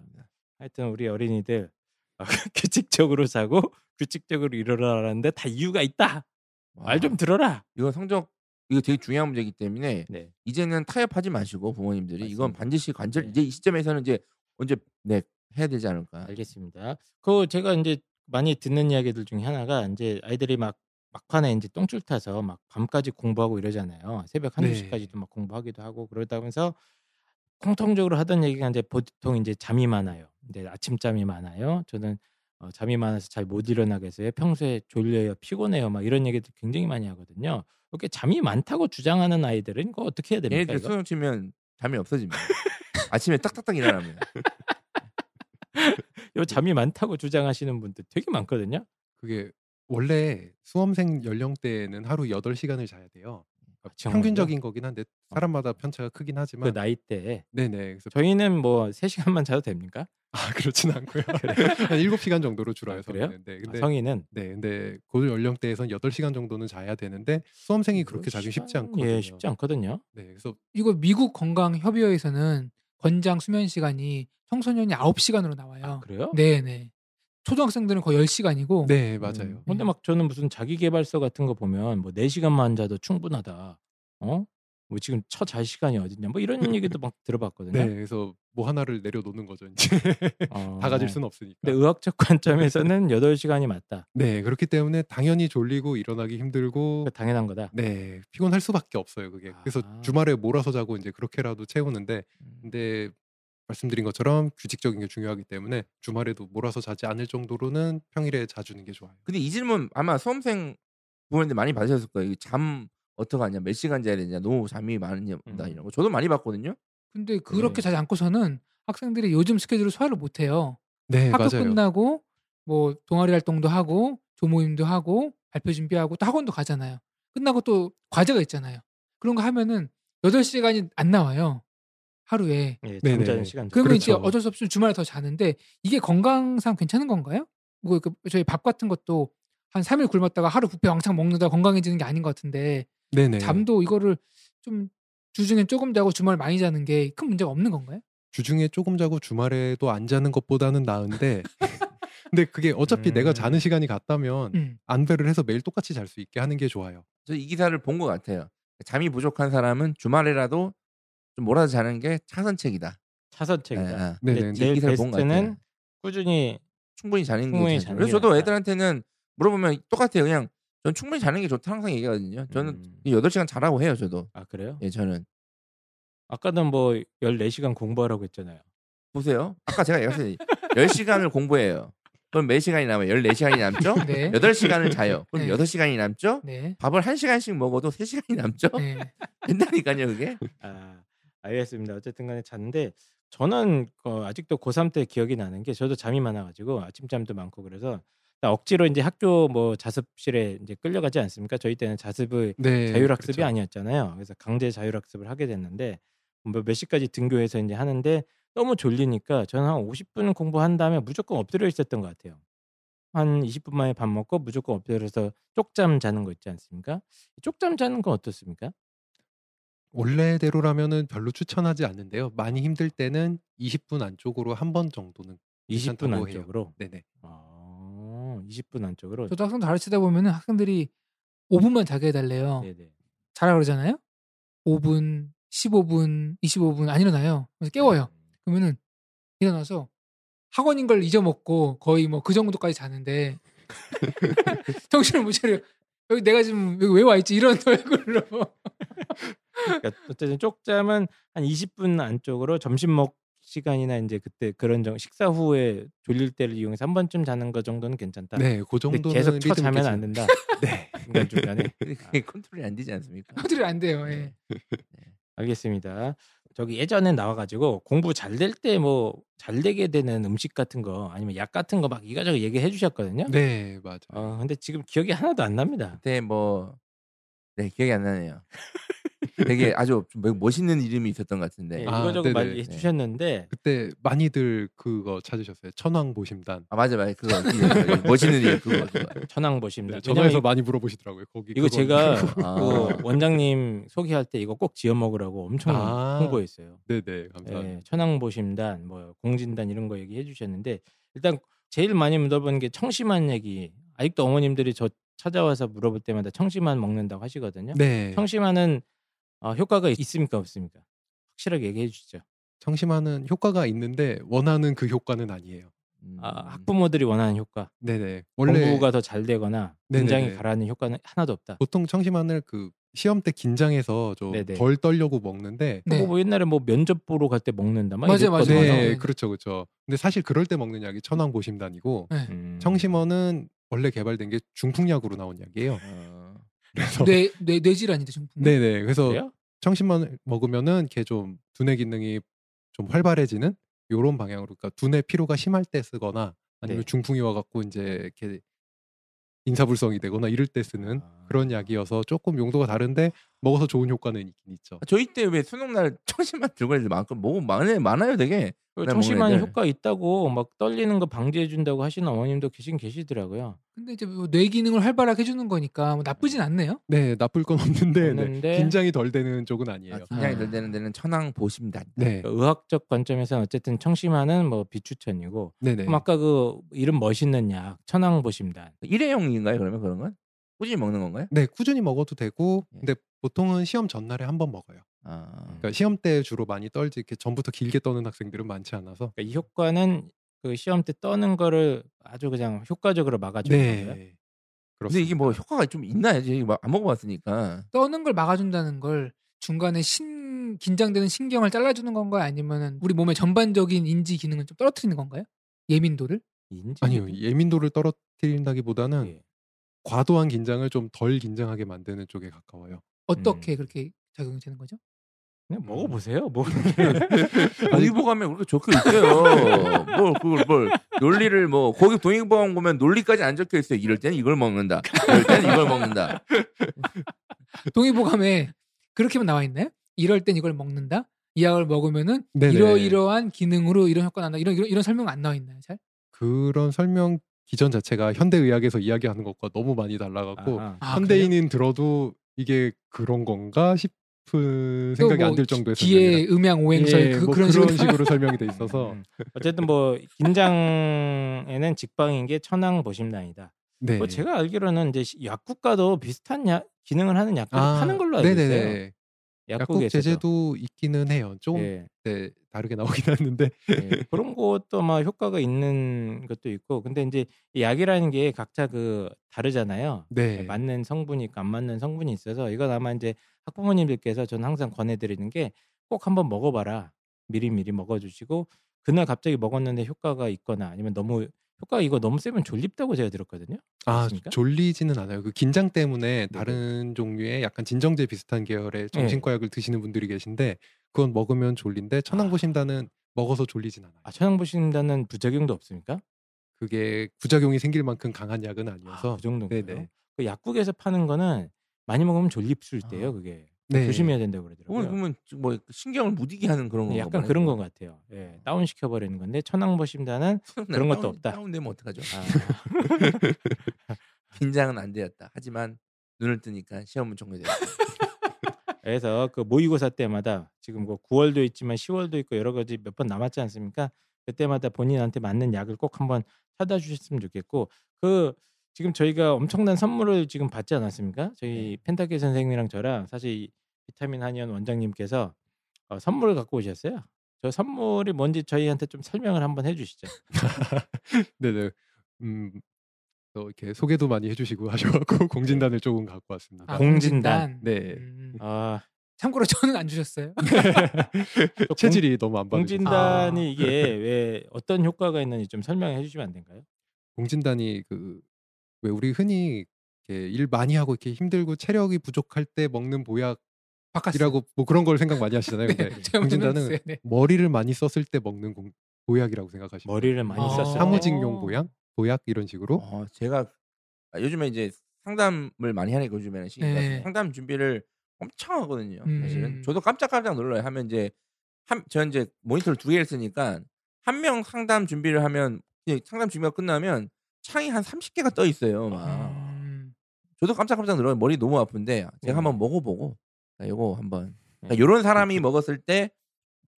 A: 하여튼 우리 어린이들 어, 규칙적으로 자고 규칙적으로 일어나라는데 다 이유가 있다. 말 좀 들어라.
C: 이건 성적 이거 되게 중요한 문제이기 때문에
A: 네.
C: 이제는 타협하지 마시고 부모님들이 이건
A: 맞습니다.
C: 반드시 관절
A: 네.
C: 이제 이 시점에서는 이제 언제 네 해야 되지 않을까.
A: 알겠습니다. 그 제가 이제 많이 듣는 이야기들 중에 하나가 이제 아이들이 막 막판에 이제 똥줄 타서 막 밤까지 공부하고 이러잖아요. 새벽 한두
B: 네.
A: 시까지도 막 공부하기도 하고 그러다면서 공통적으로 하던 얘기가 이제 보통 이제 잠이 많아요. 이제 아침잠이 많아요. 저는 어, 잠이 많아서 잘 못 일어나겠어요. 평소에 졸려요, 피곤해요, 막 이런 얘기들 굉장히 많이 하거든요. 이렇게 잠이 많다고 주장하는 아이들은 이거 어떻게
B: 예,
A: 해야 됩니까?
C: 얘네들
A: 이거?
C: 수능 치면 잠이 없어집니다. 아침에 딱딱딱 일어납니다.
A: 요 잠이 많다고 주장하시는 분들 되게 많거든요. 어,
B: 그게 원래 수험생 연령대에는 하루 8시간을 자야 돼요.
A: 정말요?
B: 평균적인 거긴 한데 사람마다 편차가 크긴
A: 그
B: 하지만
A: 나이 때에
B: 네네 그래서
A: 저희는 뭐 3시간만 자도 됩니까?
B: 아 그렇진 않고요. 한 7시간 정도로
A: 아,
B: 줄어요.
A: 그래요?
B: 저는. 네, 근데
A: 아, 성인은
B: 네, 근데 고졸 연령대에선 8시간 정도는 자야 되는데 수험생이 그렇게 자기 쉽지
A: 시간-
B: 않거든요.
A: 예, 쉽지 않거든요.
B: 네, 그래서
D: 이거 미국 건강협의회에서는 권장 수면 시간이 청소년이 9시간으로
B: 아,
D: 나와요.
A: 아, 그래요?
D: 네, 네. 초등학생들은 거의 10시간이고
A: 음.
B: 네, 맞아요.
A: 근데 막 저는 무슨 자기 개발서 같은 거 보면 뭐 4시간만 자도 충분하다. 어? 뭐 지금 처잘 시간이 어딨냐. 뭐 이런 얘기도 막 들어봤거든요.
B: 네, 그래서 뭐 하나를 내려놓는 거죠, 이제.
A: 어.
B: 다 가질 수는 없으니까.
A: 근데 의학적 관점에서는 8시간이 맞다.
B: 네, 그렇기 때문에 당연히 졸리고 일어나기 힘들고
A: 그거 그러니까 당연한 거다.
B: 네, 피곤할 수밖에 없어요, 그게. 그래서
A: 아. 음.
B: 주말에 몰아서 자고 이제 그렇게라도 채우는데 근데 말씀드린 것처럼 규칙적인 게 중요하기 때문에 주말에도 몰아서 자지 않을 정도로는 평일에 자주는 게 좋아요.
C: 근데 이 질문 아마 수험생 부모님들 많이 받으셨을 거예요. 이잠 어떻게 하냐, 몇 시간 자야 되냐, 너무 잠이 많으냐
A: 음.
C: 이런 거. 저도 많이 봤거든요.
D: 근데 그렇게
A: 네.
D: 자지 않고서는 학생들이 요즘 스케줄을 소화를 못 해요.
B: 네,
D: 학교
B: 맞아요.
D: 끝나고 뭐 동아리 활동도 하고 조모임도 하고 발표 준비하고 또 학원도 가잖아요. 끝나고 또 과제가 있잖아요. 그런 거 하면은 8시간이 안 나와요. 하루에.
A: 예,
B: 네네.
A: 잠자는 시간.
D: 그러면
B: 그렇죠.
D: 이제 어쩔 수 없이 주말에 더 자는데 이게 건강상 괜찮은 건가요? 뭐 그 저희 밥 같은 것도 한 3일 굶었다가 하루 부페 왕창 먹는다 건강해지는 게 아닌 것 같은데
B: 네네.
D: 잠도 이거를 좀 주중에 조금 자고 주말 많이 자는 게 큰 문제가 없는 건가요?
B: 주중에 조금 자고 주말에도 안 자는 것보다는 나은데 근데 그게 어차피
A: 음.
B: 내가 자는 시간이 같다면
D: 음.
B: 안배를 해서 매일 똑같이 잘 수 있게 하는 게 좋아요.
C: 저 이 기사를 본 것 같아요. 잠이 부족한 사람은 주말이라도 좀 몰아서 자는 게 차선책이다.
A: 차선책이다.
C: 예, 예.
B: 네네.
A: 근데
C: 이
A: 제일
C: 기사를 본것
A: 베스트는
C: 같아요.
A: 꾸준히
C: 충분히 자는 게
A: 충분히
C: 제일
A: 자는
C: 좋아요.
A: 게
C: 그래서 저도
A: 낫다.
C: 애들한테는 물어보면 똑같아요. 그냥 전 충분히 자는 게 좋다 항상 얘기하거든요. 저는
A: 음.
C: 8시간 자라고 해요, 저도.
A: 아 그래요?
C: 예, 저는.
A: 아까는 뭐 14시간 공부하라고 했잖아요.
C: 보세요. 아까 제가 얘기했어요. 10시간을 공부해요. 그럼 몇 시간이 남아요? 14시간이 남죠?
D: 네.
C: 8시간을 자요. 그럼
D: 네.
C: 여 6시간이 남죠?
D: 네.
C: 밥을 1시간씩 먹어도 3시간이 남죠?
D: 네.
C: 된다니까요, 그게.
A: 아, 알겠습니다. 어쨌든 간에 잤는데 저는 어, 아직도 고3 때 기억이 나는 게 저도 잠이 많아가지고 아침잠도 많고 그래서 일단 억지로 이제 학교 뭐 자습실에 이제 끌려가지 않습니까? 저희 때는 자습의
B: 네.
A: 자율학습이
B: 그렇죠.
A: 아니었잖아요. 그래서 강제 자율학습을 하게 됐는데 뭐몇 시까지 등교해서 이제 하는데 너무 졸리니까 저는 한 50분 공부한 다음에 무조건 엎드려 있었던 것 같아요. 한 20분 만에 밥 먹고 무조건 엎드려서 쪽잠 자는 거 있지 않습니까? 쪽잠 자는 건 어떻습니까?
B: 원래대로라면은 별로 추천하지 않는데요. 많이 힘들 때는 20분 안쪽으로 한 번 정도는
A: 20분
B: 괜찮다고 뭐 해요.
A: 안쪽으로.
B: 네네.
A: 아, 20분 안쪽으로.
D: 저도 학생들 가르치다 보면은 학생들이 5분만 자게 해달래요.
A: 네네.
D: 자라 그러잖아요. 5분, 15분, 25분 안 일어나요. 그래서 깨워요.
A: 네.
D: 그러면은 일어나서 학원인 걸 잊어먹고 거의 뭐 그 정도까지 자는데 정신을 못 차려. 여기 내가 지금 여기 왜 와 있지 이런 얼굴로.
A: 그러니까 어쨌든 쪽잠은 한 20분 안쪽으로 점심 먹 시간이나 이제 그때 그런 정, 식사 후에 졸릴 때를 이용해서 한 번쯤 자는 거 정도는 괜찮다.
B: 네, 그
A: 아, 근데
B: 정도는
A: 계속 쳐
B: 리듬
A: 자면
B: 깨지-
A: 안 된다.
B: 네.
A: 중간 중간에.
C: 그게 컨트롤이 안 되지 않습니까? 네.
D: 허들이 안 돼요. 예.
A: 알겠습니다. 저기 예전에 나와가지고 공부 잘 될 때 뭐 잘 되게 되는 음식 같은 거 아니면 약 같은 거 막 이거저거 얘기해 주셨거든요.
B: 네, 맞아요.
A: 어 근데 지금 기억이 하나도 안 납니다.
C: 그때 뭐, 네, 기억이 안 나네요. 되게 아주 좀뭐 멋있는 이름이 있었던 것
A: 네,
C: 같은데.
B: 아,
A: 이거저거
B: 네네.
A: 말해 주셨는데
B: 그때 많이들 그거 찾으셨어요. 천왕 보심단.
C: 아, 맞아, 맞아. 그거. 이름, 멋있는 이름, 그거. 그거.
A: 천왕
B: 네,
A: 보십니다.
B: 전화해서 많이 물어보시더라고요. 거기
A: 이거
B: 그건-
A: 제가
C: 아,
A: 그 원장님 소개할 때 이거 꼭 지어 먹으라고 엄청
B: 아.
A: 홍보했어요.
B: 네네 감사합니다.
A: 예, 천황보심단, 뭐 공진단 이런 거 얘기해 주셨는데 일단 제일 많이 물어본 게 청심환 얘기. 아직도 어머님들이 저 찾아와서 물어볼 때마다 청심환 먹는다고 하시거든요.
B: 네.
A: 청심환은 어, 효과가 있습니까 없습니까? 확실하게 얘기해 주시죠.
B: 청심환은 효과가 있는데 원하는 그 효과는 아니에요.
C: 음.
A: 아, 학부모들이 원하는 효과,
B: 네네. 원래
A: 공부가 더 잘 되거나
B: 네네네.
A: 굉장히 가라앉는 효과는 하나도 없다.
B: 보통 청심환을 그 시험 때 긴장해서 좀
A: 네네.
B: 덜 떨려고 먹는데
D: 네.
A: 뭐 옛날에 뭐 면접 보러 갈 때 먹는다 막
D: 맞아요,
A: 이랬거든요.
D: 맞아요.
B: 네,
D: 맞아요.
B: 그렇죠, 그렇죠. 근데 사실 그럴 때 먹는 약이 천황 보심단이고
D: 네.
A: 음.
B: 청심원은 원래 개발된 게 중풍약으로 나온 약이에요.
C: 어.
B: 그래서
D: 뇌, 뇌, 뇌질환이죠, 정품.
B: 네네. 그래서
A: 그래요?
B: 청심원을 먹으면은 걔 좀 두뇌 기능이 좀 활발해지는 요런 방향으로 그러니까 두뇌 피로가 심할 때 쓰거나 아니면
A: 네.
B: 중풍이 와 갖고 이제 걔 인사불성이 되거나 이럴 때 쓰는
A: 아.
B: 그런 약이어서 조금 용도가 다른데 먹어서 좋은 효과는 있긴 있죠.
C: 아, 저희 때 왜 수능 날 청심만 들고 애들 많고 뭐 많아요 많아요 되게
A: 그
C: 네,
A: 청심환이
C: 먹는 애들.
A: 효과 있다고 막 떨리는 거 방지해 준다고 하시는 어머님도 계신 계시더라고요.
D: 근데 이제 뭐 뇌 기능을 활발하게 해주는 거니까 뭐 나쁘진 않네요.
B: 네, 나쁠 건 없는데, 네.
A: 없는데
B: 긴장이 덜 되는 쪽은 아니에요.
C: 아, 긴장이
A: 아.
C: 덜 되는 데는 천황 보심단
B: 네,
A: 그러니까 의학적 관점에서는 어쨌든 청심환은 뭐 비추천이고
B: 네네.
A: 그럼 아까 그 이름 멋있는 약 천황 보심단
C: 일회용인가요 그러면 그런 건 꾸준히 먹는 건가요?
B: 네, 꾸준히 먹어도 되고,
C: 예.
B: 근데 보통은 시험 전날에 한 번 먹어요.
C: 아,
B: 그러니까 시험 때 주로 많이 떨지, 이렇게 전부터 길게 떠는 학생들은 많지 않아서.
A: 그러니까 이 효과는 그 시험 때 떠는 거를 아주 그냥 효과적으로 막아주는 거예요.
B: 네,
C: 근데
B: 그렇습니다.
C: 이게 뭐 효과가 좀 있나요? 저희 막안 먹어봤으니까
D: 떠는 걸 막아준다는 걸 중간에 신 긴장되는 신경을 잘라주는 건가요? 아니면은 우리 몸의 전반적인 인지 기능을 좀 떨어뜨리는 건가요? 예민도를?
A: 인지
B: 아니요, 예민도를 떨어뜨린다기보다는
A: 예.
B: 과도한 긴장을 좀 덜 긴장하게 만드는 쪽에 가까워요.
D: 어떻게
A: 음.
D: 그렇게 작용이 되는 거죠?
A: 그냥
B: 음.
A: 먹어보세요. 뭐
C: 동의보감에 그렇게 적혀 있어요. 뭘 그걸 뭘 논리를 뭐 거기 동의보감 보면 논리까지 안 적혀 있어요. 이럴 때는 이걸 먹는다. 이럴 때는 이걸 먹는다.
D: 동의보감에 그렇게만 나와 있나요? 이럴 땐 이걸 먹는다. 이 약을 먹으면은
B: 네네.
D: 이러이러한 기능으로 이런 효과 가 난다. 이런 이런, 이런 설명 안 나와 있나요? 잘?
B: 그런 설명 기전 자체가 현대 의학에서 이야기하는 것과 너무 많이 달라갖고
A: 아하.
D: 아, 그래요?
B: 현대인인 들어도 이게 그런 건가 싶은
D: 또
B: 생각이
D: 뭐
B: 안 들 정도의
D: 기의
B: 설명이라.
D: 음양 오행설
B: 예,
D: 그,
B: 뭐
D: 그런 식으로
B: 설명이 돼 있어서
A: 음. 어쨌든 뭐 김장에는 직방인 게 천황 보심단이다.
B: 네.
A: 뭐 제가 알기로는 이제 시- 약국가도 비슷한 약 기능을 하는 약국을 파는 걸로 알고
B: 아. 네네네.
A: 있어요.
B: 약국
A: 약국에서도.
B: 제재도 있기는 해요. 조금
A: 예,
B: 네, 다르게 나오긴 하는데
A: 예. 그런 것도 막 효과가 있는 것도 있고 근데 이제 이 약이라는 게 각자 그 다르잖아요. 예,
B: 네.
A: 맞는 성분이 있고 안 맞는 성분이 있어서 이건 아마 이제 학부모님들께서 저는 항상 권해드리는 게 꼭 한번 먹어봐라 미리 미리 먹어주시고 그날 갑자기 먹었는데 효과가 있거나 아니면 너무 효과 가 이거 너무 세면 졸립다고 제가 들었거든요.
B: 아
A: 그렇습니까?
B: 졸리지는 않아요. 그 긴장 때문에 다른 종류의 약간 진정제 비슷한
A: 예.
B: 계열의 정신과약을 드시는 분들이 계신데 그건 먹으면 졸린데 천황보심단은 먹어서 졸리진 않아요.
A: 아 처방 보신다는 부작용도 없습니까?
B: 그게 부작용이 생길 만큼 강한 약은 아니어서
A: 아, 그 정도인가요?
B: 네네.
A: 그 약국에서 파는 거는 많이 먹으면 졸립 수 있대요. 그게
B: 네.
A: 조심해야 된다고
C: 그건
A: 아. 그러더라고요.
C: 그러면 뭐 신경을 못 이게 하는 그런
A: 네,
C: 거
A: 약간 그런 것 같아요. 예, 다운 시켜버리는 건데 천황 보심단은 그런 것도 없다.
C: 다운되면 어떡하죠?
A: 아,
C: 긴장은 안 되었다. 하지만 눈을 뜨니까 시험은 종료되었다.
A: 그래서 그 모의고사 때마다 지금 뭐 9월도 있지만 10월도 있고 여러 가지 몇 번 남았지 않습니까? 그때마다 본인한테 맞는 약을 꼭 한번 찾아 주셨으면 좋겠고 그 지금 저희가 엄청난 선물을 지금 받지 않았습니까? 저희 펜타키 선생님이랑 저랑 사실 이 비타민 한의원 원장님께서 어, 선물을 갖고 오셨어요. 저 선물이 뭔지 저희한테 좀 설명을 한번 해주시죠.
B: 네네. 음, 또 이렇게 소개도 많이 해주시고
A: 네.
B: 하셔갖고 공진단을 조금 갖고 왔습니다.
D: 아,
A: 공진단.
B: 네. 음.
D: 음.
A: 아,
D: 참고로 저는 안 주셨어요.
A: 또 공-
B: 체질이 너무 안 받으셔서
D: 공진단.
A: 공진단이
D: 아.
A: 이게 왜 어떤 효과가 있는지 좀 설명해 주시면 안 될까요?
B: 공진단이 그 왜 우리 흔히 이렇게 일 많이 하고 이렇게 힘들고 체력이 부족할 때 먹는 보약이라고
D: 바꿨어요.
B: 뭐 그런 걸 생각 많이 하시잖아요.
A: 네.
B: 근데
D: 제가 먼저
B: 공진단은
D: 넣었어요. 네.
B: 머리를 많이 썼을 때 먹는 공- 보약이라고 생각하시면
A: 머리를 많이
D: 아.
A: 썼을 때
B: 사무직용 보약, 보약 이런 식으로
C: 어, 제가 아, 요즘에 이제 상담을 많이 하니까 요즘에는 시기가
D: 네.
C: 상담 준비를 엄청 하거든요.
D: 음.
C: 사실은 저도 깜짝깜짝 놀라요. 하면 이제 한, 저 이제 모니터를 두 개를 쓰니까 한 명 상담 준비를 하면 이제 상담 준비가 끝나면 창이 한 30개가 떠 있어요. 막.
B: 아.
D: 음.
C: 저도 깜짝깜짝 놀라요. 머리 너무 아픈데 제가
A: 음.
C: 한번 먹어보고 자, 요거 한번
A: 음.
C: 그러니까 요런 사람이 먹었을 때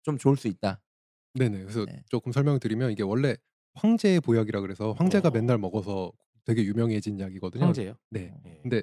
C: 좀 좋을 수 있다.
B: 네네. 그래서
C: 네.
B: 조금 설명드리면 이게 원래 황제의 보약이라 그래서 황제가
A: 어.
B: 맨날 먹어서 되게 유명해진 약이거든요.
A: 형제요.
B: 네.
A: 예.
B: 근데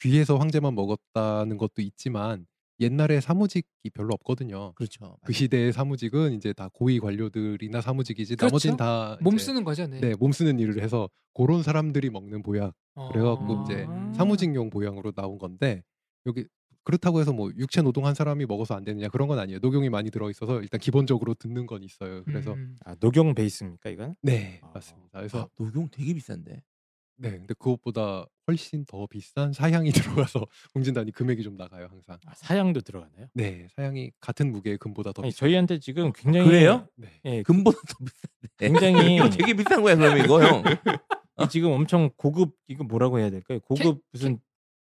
B: 귀에서 황제만 먹었다는 것도 있지만 옛날에 사무직이 별로 없거든요.
C: 그렇죠.
B: 그 시대의 사무직은 이제 다 고위 관료들이나 사무직이지
D: 그렇죠.
B: 나머지는 다
D: 몸
B: 이제
D: 쓰는 거죠. 네.
B: 네, 몸 쓰는 일을 해서 그런 사람들이 먹는 보약
D: 어.
B: 그래갖고 이제
A: 음.
B: 사무직용 보약으로 나온 건데 여기 그렇다고 해서 뭐 육체 노동한 사람이 먹어서 안 되느냐 그런 건 아니에요. 녹용이 많이 들어 있어서 일단 기본적으로 듣는 건 있어요. 그래서
D: 음.
A: 아, 녹용 베이스입니까 이건?
B: 네
A: 아.
B: 맞습니다. 그래서
C: 녹용 되게 비싼데.
B: 네 근데 그것보다 훨씬 더 비싼 사향이 들어가서 공진단이 금액이 좀 나가요 항상.
A: 아, 사양도 들어가나요?
B: 네 사향이 같은 무게의 금보다 더
A: 아니,
B: 비싸요.
A: 저희한테 지금 굉장히
C: 그래요?
B: 네.
A: 예,
C: 금보다 더 비싼데.
A: 네? 굉장히
C: 이거 되게 비싼 거야 그러면 이거 형.
A: 이 지금 엄청 고급 이거 뭐라고 해야 될까요? 고급 무슨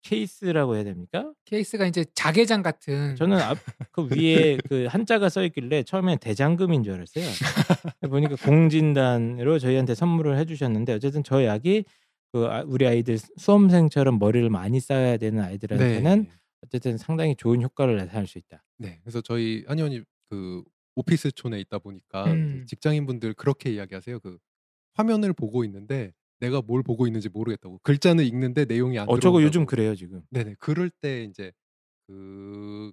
A: 케이스라고 해야 됩니까?
D: 케이스가 이제 자개장 같은
A: 저는 앞, 그 위에 그 한자가 써 있길래 처음엔 대장금인 줄 알았어요. 근데 보니까 공진단으로 저희한테 선물을 해주셨는데 어쨌든 저 약이 그 아- 우리 아이들 수험생처럼 머리를 많이 쌓아야 되는 아이들한테는 어쨌든 상당히 좋은 효과를 나타낼 수 있다.
B: 네, 그래서 저희 한의원이 그 오피스촌에 있다 보니까
D: 음.
B: 그 직장인분들 그렇게 이야기하세요. 그 화면을 보고 있는데 내가 뭘 보고 있는지 모르겠다고 글자는 읽는데 내용이 안.
A: 어 저거 요즘
B: 들어온다고.
A: 그래요 지금.
B: 네네 그럴 때 이제 그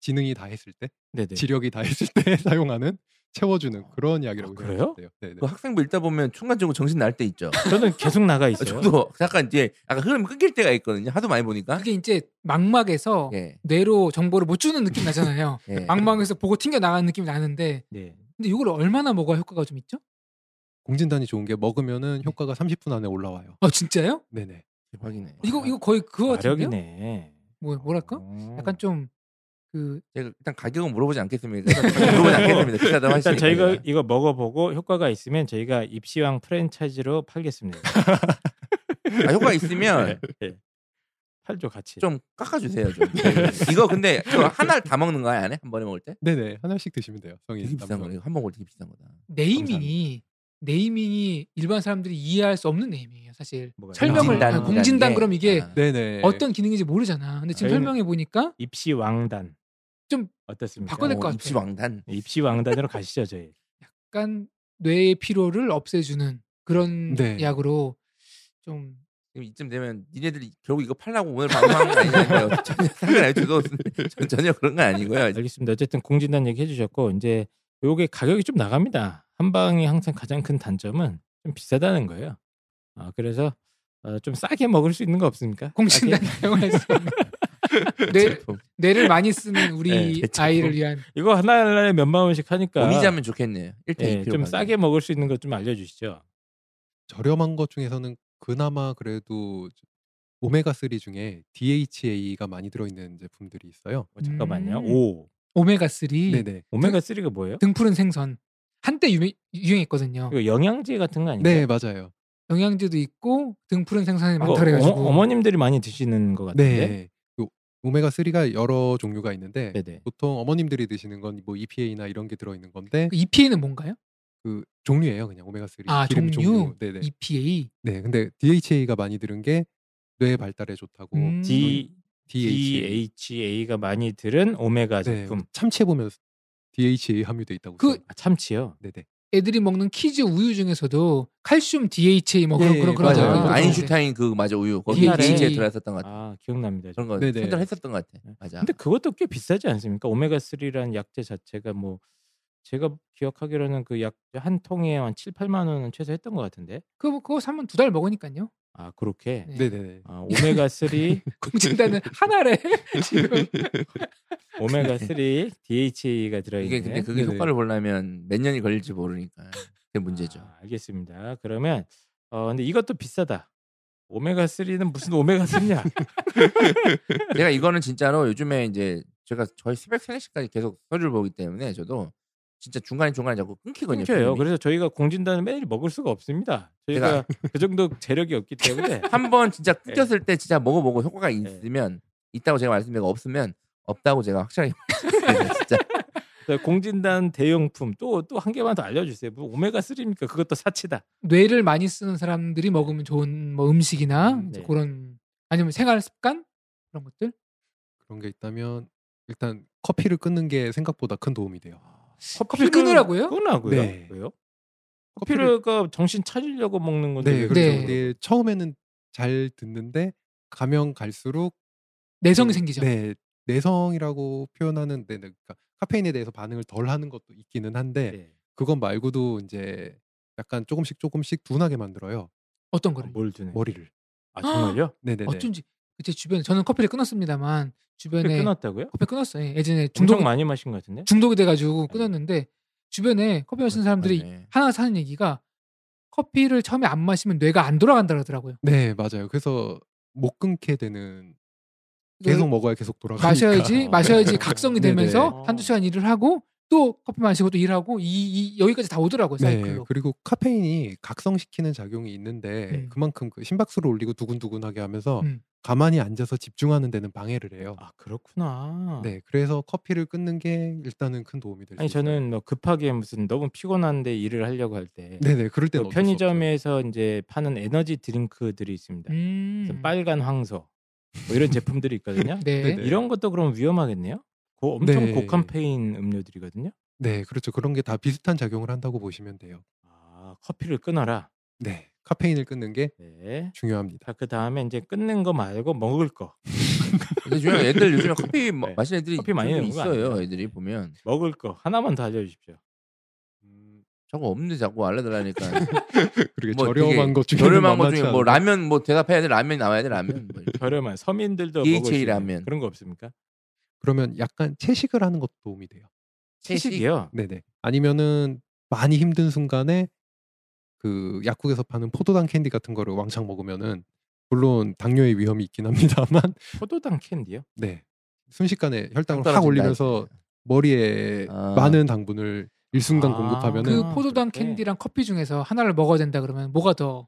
B: 지능이 다 했을 때
A: 네네.
B: 지력이 다 했을 때 사용하는 채워주는 그런 이야기라고
A: 아, 그래요?
B: 돼요. 네네.
C: 그 학생부 읽다 보면 순간적으로 정신 날 때 있죠.
A: 저는 계속
D: 아,
A: 나가 있어요.
C: 저도 약간 이제 약간 흐름이 끊길 때가 있거든요. 하도 많이 보니까.
D: 그게 이제 망막에서
C: 예.
D: 뇌로 정보를 못 주는 느낌 나잖아요.
C: 예.
D: 망막에서 보고 튕겨 나가는 느낌이 나는데
A: 네.
D: 근데 이걸 얼마나 먹어야 효과가 좀 있죠?
B: 공진단이 좋은 게
A: 네.
B: 먹으면은 효과가 30분 안에 올라와요.
D: 아 진짜요?
B: 네네.
C: 대박이네.
D: 이거 이거 거의 그거 같은데요?
A: 마력이네.
D: 뭐 뭐랄까?
A: 어.
D: 약간 좀그
C: 제가 일단 가격은 물어보지 않겠습니다. 물어보지 않겠습니다. 비싸다고 하시니까.
A: 일단 네, 저희가 이거 먹어보고 효과가 있으면 저희가 입시왕 프랜차이즈로 팔겠습니다.
C: 아, 효과
D: 예.
C: 있으면
A: 네, 네. 팔죠 같이.
C: 좀 깎아주세요. 좀. 네. 이거 근데 저 하나를 다 먹는 거야 안에 한 번에 먹을 때?
B: 네네 하나씩 드시면 돼요. 성인
C: 되게 비싼
B: 남성.
C: 거네. 이거 한 번 먹을 때 되게 비싼 거다.
D: 네이밍이 네이밍이 일반 사람들이 이해할 수 없는 네이밍이에요, 사실.
A: 뭐가요?
D: 설명을
A: 공진단.
D: 아, 공진단
C: 게.
D: 그럼 이게
C: 아.
B: 네네.
D: 어떤 기능인지 모르잖아. 근데 지금
A: 저희는-
D: 설명해 보니까
A: 입시 왕단
D: 좀
A: 어떻습니까? 네,
D: 바꿔야 꺼낼 될것 같아.
C: 입시 왕단.
A: 입시 왕단으로 가시죠 저희.
D: 약간 뇌의 피로를 없애주는 그런
B: 네.
D: 약으로 좀
C: 지금 이쯤 되면 니네들이 결국 이거 팔라고 오늘 방송한 거 아니냐고요. 전혀 상관 안 해도 전- 전혀 그런 거 아니고요.
A: 알겠습니다. 어쨌든 공진단 얘기 해주셨고 이제 요게 가격이 좀 나갑니다. 한방이 항상 가장 큰 단점은 좀 비싸다는 거예요. 아 그래서 어, 좀 싸게 먹을 수 있는 거 없습니까?
D: 공진단
A: 싸게?
D: 사용할 수 있는 뇌,
C: 제품.
D: 뇌를 많이 쓰는
C: 네,
D: 우리
C: 대체로.
D: 아이를 위한
A: 이거 하나 하나에 몇만 원씩 하니까
C: 뭐 오미자면 좋겠네요. 1대
A: 예,
C: 2
A: 좀 싸게 먹을 수 있는 거 좀 알려주시죠.
B: 저렴한 것 중에서는 그나마 그래도 오메가 3 중에 DHA가 많이 들어있는 제품들이 있어요.
A: 어, 잠깐만요.
D: 음.
A: 오
D: 오메가 3
B: 네네.
A: 오메가 3가 뭐예요?
D: 등푸른 생선 한때 유행했거든요
A: 이거 영양제 같은 거 아닌가요?
B: 네 맞아요.
D: 영양제도 있고 등푸른 생선이
A: 이거
D: 많다 그래가지고
A: 어머- 어머님들이 많이 드시는 것 같은데.
B: 네. 오메가 3가 여러 종류가 있는데
A: 네네.
D: 음.
B: 보통 어머님들이 드시는 건 뭐 EPA나 이런 게 들어있는 건데
D: 그 EPA는 뭔가요?
B: 그 종류예요 그냥 오메가 3
D: 아,
B: 기름
D: 종류?
B: 네네.
D: EPA
B: 네 근데 DHA가 많이 들은 게 뇌 발달에 좋다고
D: 음.
A: D
B: DHA
A: DHA가 많이 들은 오메가
B: 네,
A: 제품
B: 참치에 보면 DHA 함유돼 있다고
D: 그-
B: 써요.
A: 아, 참치요.
B: 네네.
D: 애들이 먹는 키즈 우유 중에서도 칼슘 DHA 뭐 그런
B: 예,
D: 그런 네. 그런
B: 맞아요.
D: 거
C: 맞아요.
B: 맞아요.
C: 아인슈타인 그 맞아 우유 거기
A: 옛날에-
C: DHA 들어갔었던 것 같아.
A: 아 기억납니다.
C: 그런 거
B: 네네.
C: 선전했었던 것 같아. 맞아.
A: 근데 그것도 꽤 비싸지 않습니까? 오메가 3라는 약제 자체가 뭐 제가 기억하기로는 그 약 한 통에 한 7, 8만 원은 최소 했던 것 같은데.
D: 그거 그거 사면 두 달 먹으니까요.
A: 아 그렇게.
D: 네.
B: 네네.
A: 아, 오메가 3
D: 공진단은 하나래 지금
A: 오메가 3 DHA가 들어
C: 이게
A: 있는
C: 근데 그게
B: 네네.
C: 효과를 보려면 몇 년이 걸릴지 모르니까 그게 문제죠.
A: 아, 알겠습니다. 그러면 어 근데 이것도 비싸다. 오메가 3는 무슨 오메가 3냐?
C: 제가 이거는 진짜로 요즘에 이제 제가 저희 새벽 3시까지 계속 서류를 보기 때문에 저도 진짜 중간에 중간에 자꾸 끊기거든요.
A: 끊겨요.
C: 필름이.
A: 그래서 저희가 공진단을 매일 먹을 수가 없습니다. 저희가 그 정도 재력이 없기 때문에
C: 한번 진짜 끊겼을 때 진짜 먹어보고 효과가 있으면 있다고 제가 말씀드리고 없으면 없다고 제가 확실하게 그래서 진짜
A: 자, 공진단 대용품 또 또 한 개만 더 알려주세요. 뭐 오메가 3입니까? 그것도 사치다.
D: 뇌를 많이 쓰는 사람들이 먹으면 좋은 뭐 음식이나
A: 음,
D: 이제
A: 네.
D: 그런 아니면 생활 습관 그런 것들
B: 그런 게 있다면 일단 커피를 끊는 게 생각보다 큰 도움이 돼요.
D: 커피를 끊으라고요?
A: 끊으라고요?
B: 아, 네.
A: 왜요? 커피를 가 정신 차리려고 먹는 건데
B: 네
A: 왜
B: 그렇죠.
D: 네.
B: 근데 처음에는 잘 듣는데 가면 갈수록
D: 내성이
B: 그-
D: 생기죠.
B: 네 내성이라고 표현하는 데 그러니까 카페인에 대해서 반응을 덜 하는 것도 있기는 한데
A: 네.
B: 그건 말고도 이제 약간 조금씩 조금씩 둔하게 만들어요
D: 어떤 거를
A: 뭘 주네?
B: 머리를.
A: 아 정말요?
B: 네네네.
D: 어쩐지 제 주변에 저는 커피를 끊었습니다만 주변에
A: 끊었다고요?
D: 커피 끊었어요. 예, 예전에
A: 중독
D: 네. 중독
A: 많이 마신 것 같은데?
D: 중독이 돼가지고 끊었는데 주변에 커피 마시는 사람들이
B: 아, 예.
C: 네.
D: 하나 사는 얘기가 커피를 처음에 안 마시면 뇌가 안 돌아간다 그러더라고요.
B: 네 맞아요. 그래서 못 끊게 되는 계속 먹어야 계속 돌아가니까.
D: 그 마셔야지
A: 어.
D: 마셔야지 각성이
B: 네네.
D: 되면서
A: 어.
D: 한두 시간 일을 하고 또 커피 마시고 또 일하고 이, 이- 여기까지 다 오더라고요
B: 네
D: 사이클로.
B: 그리고 카페인이 각성시키는 작용이 있는데
D: 네.
B: 그만큼 그 심박수를 올리고 두근두근하게 하면서
D: 음.
B: 가만히 앉아서 집중하는 데는 방해를 해요.
A: 아 그렇구나.
B: 네 그래서 커피를 끊는 게 일단은 큰 도움이 될수
A: 아니 저는 뭐 급하게 무슨 너무 피곤한데 일을 하려고 할 때
B: 네네 그럴
A: 그
B: 때는 어쩔 수 없죠.
A: 편의점에서 이제 파는 에너지 드링크들이 있습니다.
D: 음.
A: 무슨 빨간 황소 뭐 이런 제품들이 있거든요.
D: 네.
B: 네네.
A: 이런 것도 그럼 위험하겠네요. 고, 엄청
B: 네.
A: 고카페인 음료들이거든요.
B: 네 그렇죠 그런 게 다 비슷한 작용을 한다고 보시면 돼요.
A: 아, 커피를 끊어라.
B: 네 카페인을 끊는 게
A: 네.
B: 중요합니다.
A: 자, 그 다음에 이제 끊는 거 말고 먹을 거.
C: 근데 중요한 건 애들 요즘에 커피 뭐 마-
A: 네.
C: 마시는 애들이
A: 커피 많이
C: 좀
A: 먹는 거
C: 있어요.
A: 아니에요?
C: 애들이 보면
A: 먹을 거 하나만 더 알려주십시오.
C: 자꾸 없는데 자꾸 알려달라니까
B: 그렇게
C: 뭐
B: 저렴한
C: 되게
B: 것 중에
C: 저렴한 것 중에 뭐 라면 뭐 대답해야 돼 라면 나와야 돼 라면 뭐 이렇게.
A: 저렴한 서민들도
C: DHA
A: 먹을 수 있는
C: 라면.
A: 그런 거 없습니까?
B: 그러면 약간 채식을 하는 것도 도움이 돼요.
A: 채식이요.
B: 네네. 아니면은 많이 힘든 순간에 그 약국에서 파는 포도당 캔디 같은 거를 왕창 먹으면은 물론 당뇨의 위험이 있긴 합니다만
A: 포도당 캔디요.
B: 네 순식간에 혈당을
C: 떨어진다.
B: 확 올리면서 머리에
C: 아.
B: 많은 당분을 일순간
A: 아.
B: 공급하면은
D: 그 포도당
A: 그렇게.
D: 캔디랑 커피 중에서 하나를 먹어야 된다 그러면 뭐가 더?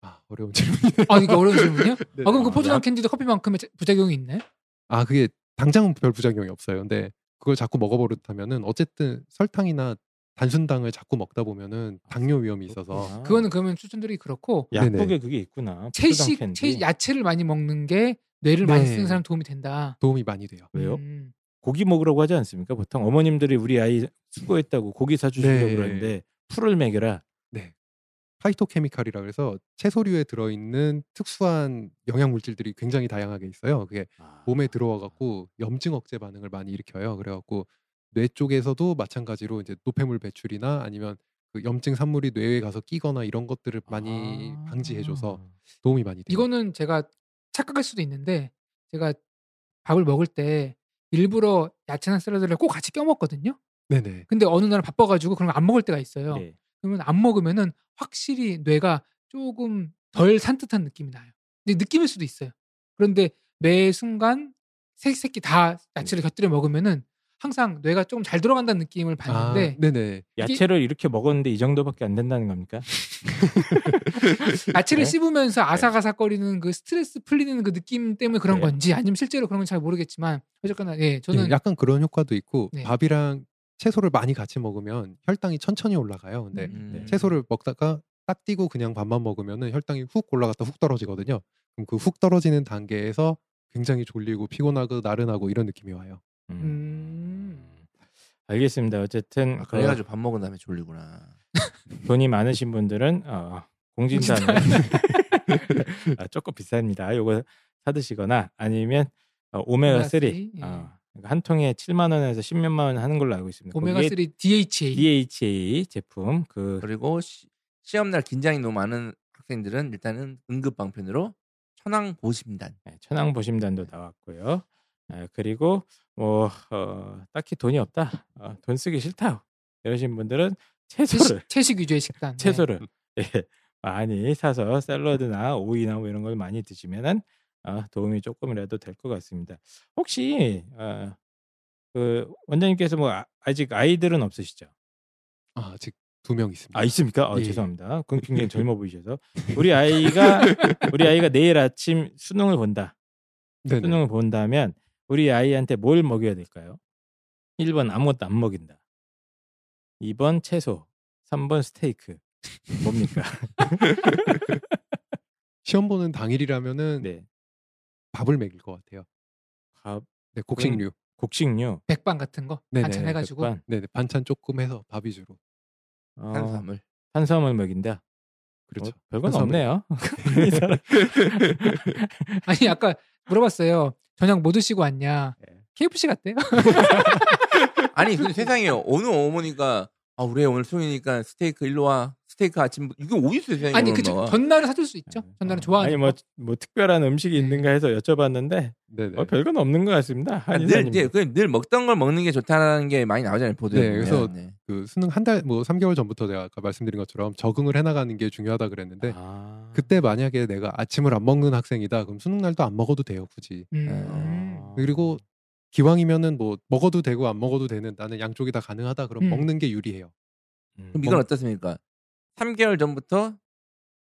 B: 아, 어려운 질문이네요.
D: 아 이게 어려운 질문이요?
B: 네.
D: 아 그럼 그
A: 아,
D: 포도당
A: 약-
D: 캔디도 커피만큼의 자- 부작용이 있네?
B: 아 그게 당장은 별 부작용이 없어요. 근데 그걸 자꾸 먹어버릇하면은 어쨌든 설탕이나 단순당을 자꾸 먹다 보면은 당뇨 위험이 있어서
A: 그렇구나.
D: 그거는 그러면 추천들이 그렇고
B: 네네.
A: 약국에 그게 있구나. 포도당
D: 채식,
A: 캔디.
D: 채 야채를 많이 먹는 게 뇌를 많이
B: 네.
D: 쓰는 사람 도움이 된다.
B: 도움이 많이 돼요.
A: 왜요?
D: 음.
A: 고기 먹으라고 하지 않습니까? 보통 어머님들이 우리 아이 수고했다고 고기 사주시려고
B: 네.
A: 그러는데 풀을 먹여라.
B: 파이토케미칼이라 그래서 채소류에 들어있는 특수한 영양 물질들이 굉장히 다양하게 있어요. 그게 아.
D: 아.
B: 몸에 들어와 갖고 염증 억제 반응을 많이 일으켜요. 그래 갖고 뇌 쪽에서도 마찬가지로 이제 노폐물 배출이나 아니면 그 염증 산물이 뇌에 가서 끼거나 이런 것들을 많이
A: 아.
B: 방지해 줘서 도움이 많이 돼요.
D: 이거는 제가 착각할 수도 있는데 제가 밥을 먹을 때 일부러 야채나 샐러드를 꼭 같이 껴 먹거든요.
B: 네네.
D: 근데 어느 날 바빠가지고 그런 거안 먹을 때가 있어요.
A: 네.
D: 그러면 안 먹으면은 확실히 뇌가 조금 덜 산뜻한 느낌이 나요. 근데 느낌일 수도 있어요. 그런데 매 순간 세 새끼 다
A: 네.
D: 야채를 곁들여 먹으면은 항상 뇌가 조금 잘 들어간다는 느낌을
B: 아,
D: 받는데
B: 네네.
A: 야채를 이렇게 먹었는데 이 정도밖에 안 된다는 겁니까?
D: 야채를
A: 네.
D: 씹으면서 아삭아삭거리는 그 스트레스 풀리는 그 느낌 때문에 그런
A: 네.
D: 건지 아니면 실제로 그런 건 잘 모르겠지만 어쨌거나 예
B: 예,
D: 저는
B: 약간 그런 효과도 있고
D: 네.
B: 밥이랑 채소를 많이 같이 먹으면 혈당이 천천히 올라가요. 근데
C: 음.
B: 네. 채소를 먹다가 딱 띄고 그냥 밥만 먹으면은 혈당이 훅 올라갔다 훅 떨어지거든요. 그럼 그 훅 떨어지는 단계에서 굉장히 졸리고 피곤하고 나른하고 이런 느낌이 와요.
D: 음.
A: 알겠습니다. 어쨌든
C: 아, 그래가지고 밥 먹은 다음에 졸리구나.
A: 어, 돈이 많으신 분들은 어, 공진단을 아, 조금 비쌉니다. 요거 사드시거나 아니면 어, 오메가 3
D: 오메가3, 예.
A: 어, 그러니까 한 통에 7만 원에서 10몇만 원 하는 걸로 알고 있습니다.
D: 오메가
A: 거기에
D: 3 DHA
A: DHA 제품 그
C: 그리고 시, 험날 긴장이 너무 많은 학생들은 일단은 응급 방편으로 천황 보심단.
A: 네, 천황 보심단도 나왔고요. 아, 그리고 뭐 어, 딱히 돈이 없다, 어, 돈 쓰기 싫다 이러신 분들은 채소를
D: 채식, 채식 위주의 식단 네.
A: 채소를 예, 많이 사서 샐러드나 오이나 뭐 이런 걸 많이 드시면은 아, 도움이 조금이라도 될 것 같습니다. 혹시 어, 그 원장님께서 뭐 아, 아직 아이들은 없으시죠?
B: 아, 아직 두 명 있습니다.
A: 아 있습니까? 아,
B: 예.
A: 죄송합니다. 그건 굉장히 젊어 보이셔서 우리 아이가 우리 아이가 내일 아침 수능을 본다.
B: 네네.
A: 수능을 본다면 우리 아이한테 뭘 먹여야 될까요? 1번 아무것도 안 먹인다. 2번 채소. 3번 스테이크. 뭡니까?
B: 시험 보는 당일이라면은
A: 네.
B: 밥을 먹일 것 같아요.
A: 밥,
B: 네, 곡식류.
A: 곡식류.
D: 백반 같은 거
B: 네네,
D: 반찬 해가지고
A: 백반,
B: 네네. 반찬 조금 해서 밥 위주로. 아.
A: 어,
C: 탄수화물.
A: 탄수화물 먹인다.
B: 그렇죠.
A: 어, 별건
B: 탄수화물.
A: 없네요. 이 사람.
D: 아니 아까 물어봤어요 저녁 뭐 드시고 왔냐
A: 네.
D: KFC 갔대요
C: 아니 근데 세상에 어느 어머니가 아 우리 애 오늘 수요일이니까 스테이크 일로 와 스테이크 아침 이게 어딨어 세상에
D: 아니
C: 그런
D: 그죠
C: 엄마가.
D: 전날을 사줄 수 있죠 전날은 좋아하는
A: 아니 뭐, 뭐 특별한 음식이 있는가 해서 여쭤봤는데
B: 네네.
A: 어, 별건 없는 것 같습니다.
C: 아니,
A: 한의사님.
C: 늘, 네, 그냥 늘 먹던 걸 먹는 게 좋다는 게 많이 나오잖아요 보도에
B: 네, 그래서
C: 보면. 네.
B: 그 수능 한 달 뭐 3개월 전부터 제가 아까 말씀드린 것처럼 적응을 해 나가는 게 중요하다 그랬는데
A: 아.
B: 네. 그때 만약에 내가 아침을 안 먹는 학생이다. 그럼 수능 날도 안 먹어도 돼요, 굳이.
D: 음.
A: 네.
B: 그리고 기왕이면은 뭐 먹어도 되고 안 먹어도 되는 나는 양쪽이 다 가능하다 그럼
D: 음.
B: 먹는 게 유리해요.
A: 음.
C: 그럼 이건 어떻습니까 3개월 전부터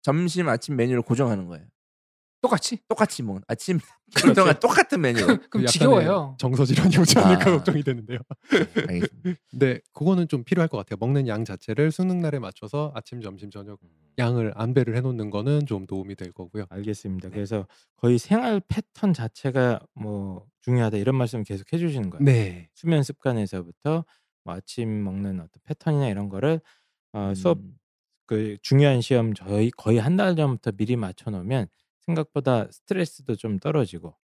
C: 점심 아침 메뉴를 고정하는 거예요
D: 똑같이
C: 똑같이 먹는 아침 그동안 똑같은 메뉴
D: 그럼
B: 약간의
D: 지겨워요
B: 정서 질환이 오지 않을까
C: 아.
B: 걱정이 되는데요.
C: 알겠습니다
B: 근데 그거는 좀 필요할 것 같아요. 먹는 양 자체를 수능 날에 맞춰서 아침, 점심, 저녁 양을 안배를 해놓는 거는 좀 도움이 될 거고요. 네.
A: 알겠습니다. 그래서 거의 생활 패턴 자체가 뭐 중요하다 이런 말씀을 계속 해주시는 거예요.
B: 네,
A: 수면 습관에서부터 뭐 아침 먹는 어떤 패턴이나 이런 거를 어, 수업
C: 음,
A: 그 중요한 시험 저희 거의 한 달 전부터 미리 맞춰 놓으면 생각보다 스트레스도 좀 떨어지고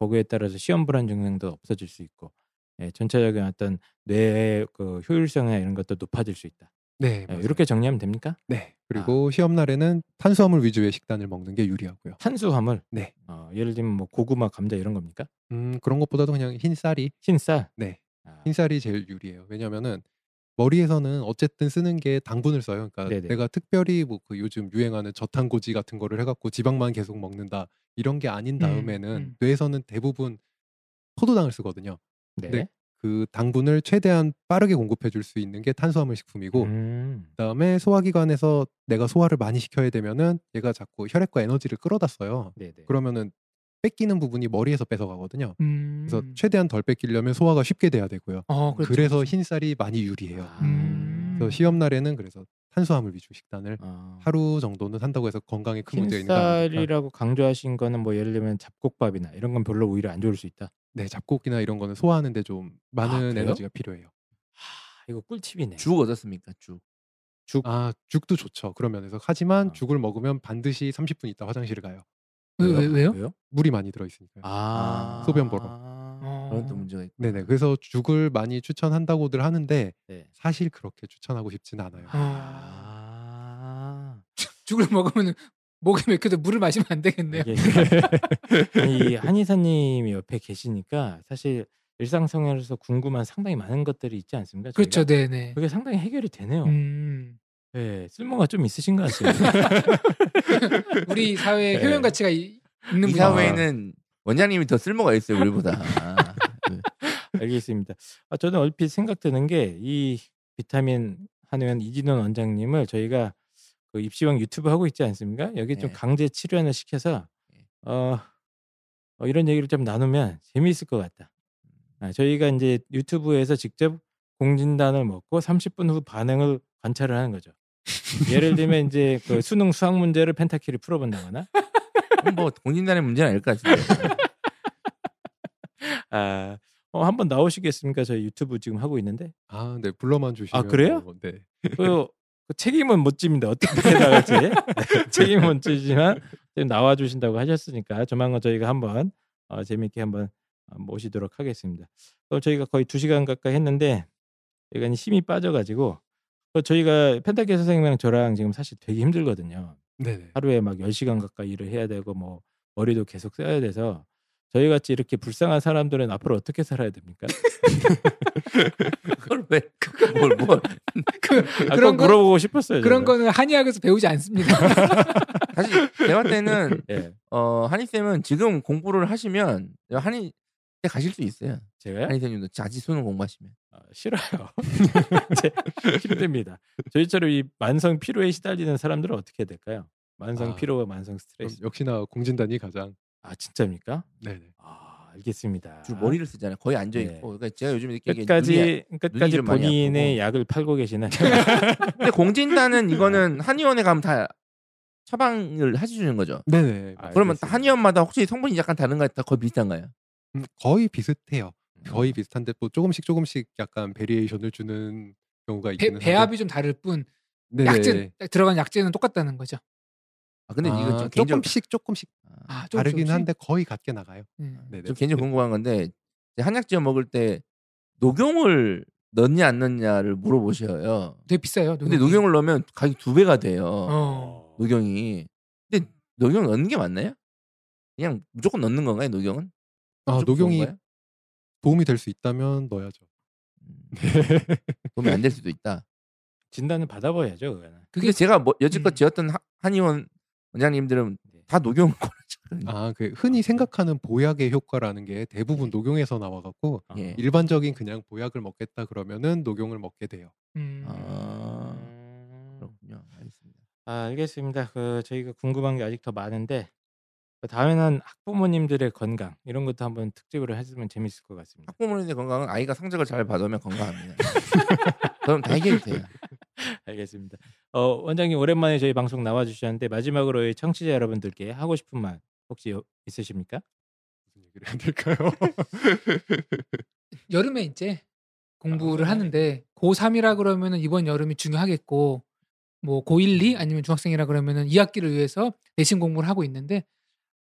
A: 거기에 따라서 시험 불안 증상도 없어질 수 있고 예, 전체적인 어떤 뇌의 그 효율성이나 이런 것도 높아질 수 있다.
B: 네,
A: 예,
B: 맞아요.
A: 이렇게 정리하면 됩니까?
B: 네. 그리고 시험 날에는 탄수화물 위주의 식단을 먹는 게 유리하고요.
A: 탄수화물
B: 네,
A: 어, 예를 들면 뭐 고구마, 감자 이런 겁니까?
B: 음 그런 것보다도 그냥 흰쌀이,
A: 흰쌀.
B: 네,
A: 아,
B: 흰쌀이 제일 유리해요. 왜냐면은 머리에서는 어쨌든 쓰는 게 당분을 써요. 그러니까
A: 네네.
B: 내가 특별히 뭐 그 요즘 유행하는 저탄고지 같은 거를 해갖고 지방만 계속 먹는다 이런 게 아닌 다음에는
D: 음.
B: 뇌에서는 대부분 포도당을 쓰거든요.
A: 네.
B: 네. 그 당분을 최대한 빠르게 공급해 줄 수 있는 게 탄수화물 식품이고
A: 음.
B: 그다음에 소화기관에서 내가 소화를 많이 시켜야 되면은 얘가 자꾸 혈액과 에너지를 끌어다 써요.
A: 네네.
B: 그러면은 뺏기는 부분이 머리에서 뺏어가거든요.
D: 음.
B: 그래서 최대한 덜 뺏기려면 소화가 쉽게 돼야 되고요.
D: 어, 그렇죠.
B: 그래서 흰쌀이 많이 유리해요.
A: 아,
D: 음.
B: 그래서 시험 날에는 그래서 탄수화물 위주 식단을
A: 아.
B: 하루 정도는 한다고 해서 건강에 큰 문제가 있는 거 아닙니까?
A: 흰쌀이라고 강조하신 거는 뭐 예를 들면 잡곡밥이나 이런 건 별로 오히려 안 좋을 수 있다. 아,
B: 네, 잡곡이나 이런 거는 소화하는데 좀 많은
A: 그래요?
B: 에너지가 필요해요.
A: 하, 이거 꿀팁이네.
C: 죽 어떻습니까? 죽.
B: 아, 죽도 좋죠. 그런 면에서. 하지만
A: 아.
B: 죽을 먹으면 반드시 30분 있다 화장실을 가요.
D: 왜, 왜, 왜요?
B: 물이 많이 들어 있으니까요.
A: 아,
B: 소변 보러.
D: 어.
C: 그런 또 문제가 있고.
B: 네네. 그래서 죽을 많이 추천한다고들 하는데
A: 네.
B: 사실 그렇게 추천하고 싶지는 않아요.
A: 아.
D: 죽을 먹으면 목에 맥혀도 물을 마시면 안 되겠네요.
A: 알겠습니다. 이 한의사님이 옆에 계시니까 사실 일상생활에서 궁금한 상당히 많은 것들이 있지 않습니까?
D: 그렇죠,
A: 저희가?
D: 네네.
A: 그게 상당히 해결이 되네요.
D: 음,
A: 네, 쓸모가 좀 있으신 것 같습니다.
D: 우리 사회에
A: 네.
D: 효용 가치가 이- 있는
C: 이
D: 분이에요.
C: 사회에는 원장님이 더 쓸모가 있어요 우리보다. 그,
A: 알겠습니다. 아, 저는 얼핏 생각드는 게 이 비타민 한의원 이진원 원장님을 저희가 그 입시왕 유튜브 하고 있지 않습니까? 여기 좀
C: 네.
A: 강제 출연을 시켜서 어, 어, 이런 얘기를 좀 나누면 재미있을 것 같다. 아, 저희가 이제 유튜브에서 직접 공진단을 먹고 30분 후 반응을 관찰을 하는 거죠. 예를 들면 이제 그 수능 수학 문제를 펜타키를 풀어본다거나
C: 그건 뭐 공진단의 문제는 아닐 것 같은데.
A: 아, 어, 한번 나오시겠습니까? 저희 유튜브 지금 하고 있는데
B: 아, 네. 불러만 주시면.
A: 아, 그래요?
B: 뭐, 네.
A: 그, 그 책임은 못 집니다. 어떻게 나갈지
D: 네.
A: 책임은 못 지지만 나와 주신다고 하셨으니까 조만간 저희가 한번 어, 재미있게 한번 어, 모시도록 하겠습니다. 또 저희가 거의 두 시간 가까이 했는데 약간 힘이 빠져가지고 또 저희가 펜타키 선생님이랑 저랑 지금 사실 되게 힘들거든요.
B: 네네.
A: 하루에 막 10시간 가까이 일을 해야 되고 뭐 머리도 계속 써야 돼서 저희 같이 이렇게 불쌍한 사람들은 앞으로 어떻게 살아야 됩니까?
C: 그걸 왜? 뭘 뭘?
D: 그,
A: 아,
D: 그런
A: 꼭
D: 거
A: 물어보고 싶었어요. 저는.
D: 그런 거는 한의학에서 배우지 않습니다.
C: 사실 대화 때는
A: 예,
C: 어, 한희 쌤은 지금 공부를 하시면 한희 때 가실 수 있어요.
A: 제가요?
C: 한희 쌤님도 자칫 수능 공부하시면.
A: 아, 싫어요. 제- 힘듭니다. 저희처럼 이 만성 피로에 시달리는 사람들은 어떻게 해야 될까요? 만성
B: 아.
A: 피로와 만성
B: 그럼
A: 스트레스.
B: 역시나 공진단이 가장.
A: 아 진짜입니까?
B: 네네.
A: 아 알겠습니다.
C: 주로 머리를 쓰잖아요. 거의 앉아 있고.
A: 네.
C: 그러니까 제가 요즘 이렇게 이게 눈이
A: 끝까지
C: 눈이
A: 끝까지
C: 좀 많이
A: 본인의
C: 아프고.
A: 약을 팔고 계시는
C: 근데 공진단은 이거는 한의원에 가면 다 처방을 해주는 거죠.
B: 네네.
A: 아,
C: 그러면
A: 알겠습니다.
C: 한의원마다 혹시 성분이 약간 다른가 다 거의 비슷한가요?
B: 음, 거의 비슷해요. 거의 비슷한데 또 조금씩 조금씩 약간 베리에이션을 주는 경우가
D: 배,
B: 있기는
D: 배합이 좀 다를 뿐
B: 네. 네네.
D: 약재 들어간 약재는 똑같다는 거죠.
C: 아, 근데
B: 아,
C: 이거 좀 개인적으로
B: 조금씩 조금씩
C: 아,
D: 아, 조금씩,
B: 다르긴
D: 조금씩?
B: 한데 거의 같게 나가요.
D: 음.
B: 네네.
C: 좀 개인적으로 궁금한 건데 한약지어 먹을 때 녹용을 넣냐 안 넣냐를 물어보셔요.
D: 되게 비싸요. 녹용이.
C: 근데 녹용을 넣으면 가격 두 배가 돼요.
D: 어.
C: 녹용이. 근데 녹용 넣는 게 맞나요? 그냥 무조건 넣는 건가요? 녹용은?
B: 아,
C: 무조건
B: 녹용이
C: 그런 거예요?
B: 도움이 될 수 있다면 넣어야죠.
C: 음, 도움이 안 될 수도 있다.
A: 진단을 받아봐야죠. 그거는.
C: 그게 제가 뭐 여지껏
D: 음.
C: 지었던 하- 한의원 원장님들은
A: 네.
C: 다 녹용을 권하잖아요.
B: 아, 그 흔히 생각하는 보약의 효과라는 게 대부분 녹용에서 나와갖고
A: 아,
C: 예.
B: 일반적인 그냥 보약을 먹겠다 그러면은 녹용을 먹게 돼요.
D: 음.
C: 아,
A: 음.
C: 그렇군요. 알겠습니다.
A: 아, 알겠습니다. 그 저희가 궁금한 게 아직 더 많은데 그 다음에는 학부모님들의 건강 이런 것도 한번 특집으로 했으면 재밌을 것 같습니다.
C: 학부모님의 건강은 아이가 성적을 잘 받으면 건강합니다. 그럼 다 해결이 돼요.
A: 알겠습니다. 어, 원장님 오랜만에 저희 방송 나와주셨는데 마지막으로 이 청취자 여러분들께 하고 싶은 말 혹시 요- 있으십니까?
B: 무슨 얘기를 해야 될까요?
D: 여름에 이제 공부를
B: 아.
D: 하는데 고3이라 그러면은 이번 여름이 중요하겠고 뭐 고1,
B: 음.
D: 2 아니면 중학생이라 그러면은 2학기를 위해서 내신 공부를 하고 있는데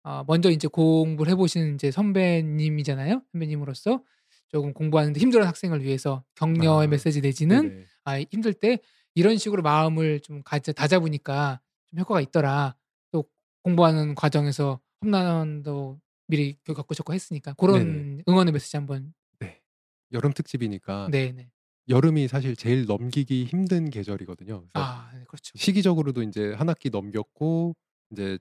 D: 아, 먼저 이제 공부를 해보신 이제 선배님이잖아요. 선배님으로서 조금 공부하는데 힘들어 학생을 위해서 격려의
B: 아,
D: 메시지 내지는
B: 네네.
D: 아, 힘들 때 이런 식으로 마음을 좀 가져 다잡으니까 좀 효과가 있더라. 또 공부하는 과정에서 험난도 미리 겪으셨고 했으니까 그런 응원의 메시지 한번.
B: 네. 여름 특집이니까
D: 네, 네.
B: 여름이 사실 제일 넘기기 힘든 계절이거든요. 그래서
D: 아, 네, 그렇죠.
B: 시기적으로도 이제 한 학기 넘겼고 이제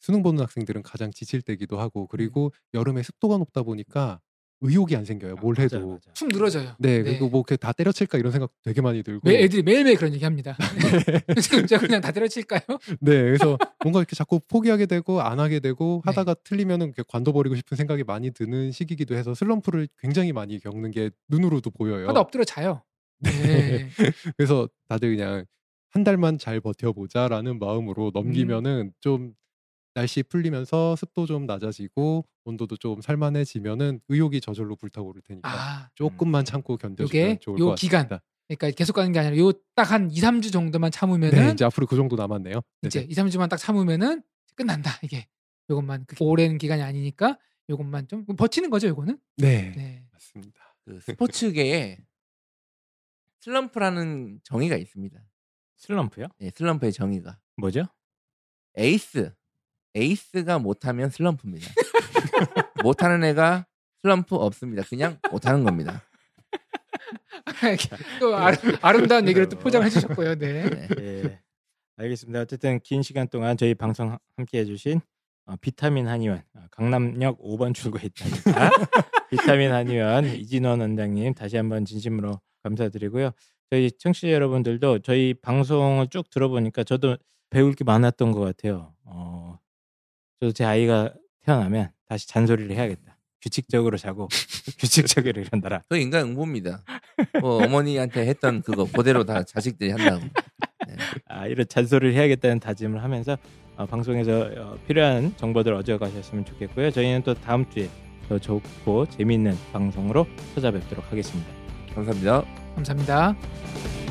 B: 수능 보는 학생들은 가장 지칠 때기도 하고 그리고 여름에 습도가 높다 보니까 의욕이 안 생겨요. 네, 뭘
A: 맞아,
B: 해도.
A: 맞아.
D: 숨 늘어져요.
B: 네, 그리고 뭐 그 다 때려칠까 이런 생각 되게 많이 들고.
D: 매, 네, 애들이 매일매일 그런 얘기 합니다. 지금 저 그냥 다 때려칠까요?
B: 네, 그래서 뭔가 이렇게 자꾸 포기하게 되고 안 하게 되고
D: 네.
B: 하다가 틀리면은 이렇게 관둬버리고 싶은 생각이 많이 드는 시기이기도 해서 슬럼프를 굉장히 많이 겪는 게 눈으로도 보여요.
D: 하다 엎드려 자요. 네.
B: 그래서 다들 그냥 한 달만 잘 버텨보자라는 마음으로 넘기면은 좀 날씨 풀리면서 습도 좀 낮아지고 온도도 좀 살만해지면은 의욕이 저절로 불타오를 테니까
D: 아,
B: 조금만 참고
D: 요게
B: 견뎌주면 좋을
D: 요
B: 것
D: 기간.
B: 같습니다.
D: 그러니까 계속 가는 게 아니라 요 딱 한 2, 3주 정도만 참으면은
B: 네, 이제 앞으로 그 정도 남았네요. 네,
D: 이제
B: 네.
D: 2, 3주만 딱 참으면은 끝난다. 이게 요것만 그렇게 오랜 기간이 아니니까 요것만 좀 버티는 거죠, 요거는.
B: 네,
D: 네.
B: 맞습니다.
C: 그 스포츠계에 슬럼프라는 정의가 있습니다.
A: 슬럼프요?
C: 네, 슬럼프의 정의가
A: 뭐죠?
C: 에이스 에이스가 못하면 슬럼프입니다. 못하는 애가 슬럼프 없습니다. 그냥 못하는 겁니다.
D: 네. 또 아름, 아름다운 얘기를 또 포장해 주셨고요. 네.
C: 네.
A: 예. 알겠습니다. 어쨌든 긴 시간 동안 저희 방송 하- 함께 해주신 어, 비타민 한의원 어, 강남역 5번 출구에 있답니다. 비타민 한의원 이진원 원장님 다시 한번 진심으로 감사드리고요. 저희 청취자 여러분들도 저희 방송을 쭉 들어보니까 저도 배울 게 많았던 것 같아요. 어, 저도 제 아이가 태어나면 다시 잔소리를 해야겠다. 규칙적으로 자고 규칙적으로 일한다라.
C: 그 인간 응보입니다. 뭐 어머니한테 했던 그거 그대로 다 자식들이 한다고.
A: 아, 이런 잔소리를 해야겠다는 다짐을 하면서 어, 방송에서 어, 필요한 정보들 얻어가셨으면 좋겠고요. 저희는 또 다음 주에 더 좋고 재미있는 방송으로 찾아뵙도록 하겠습니다.
C: 감사합니다.
D: 감사합니다.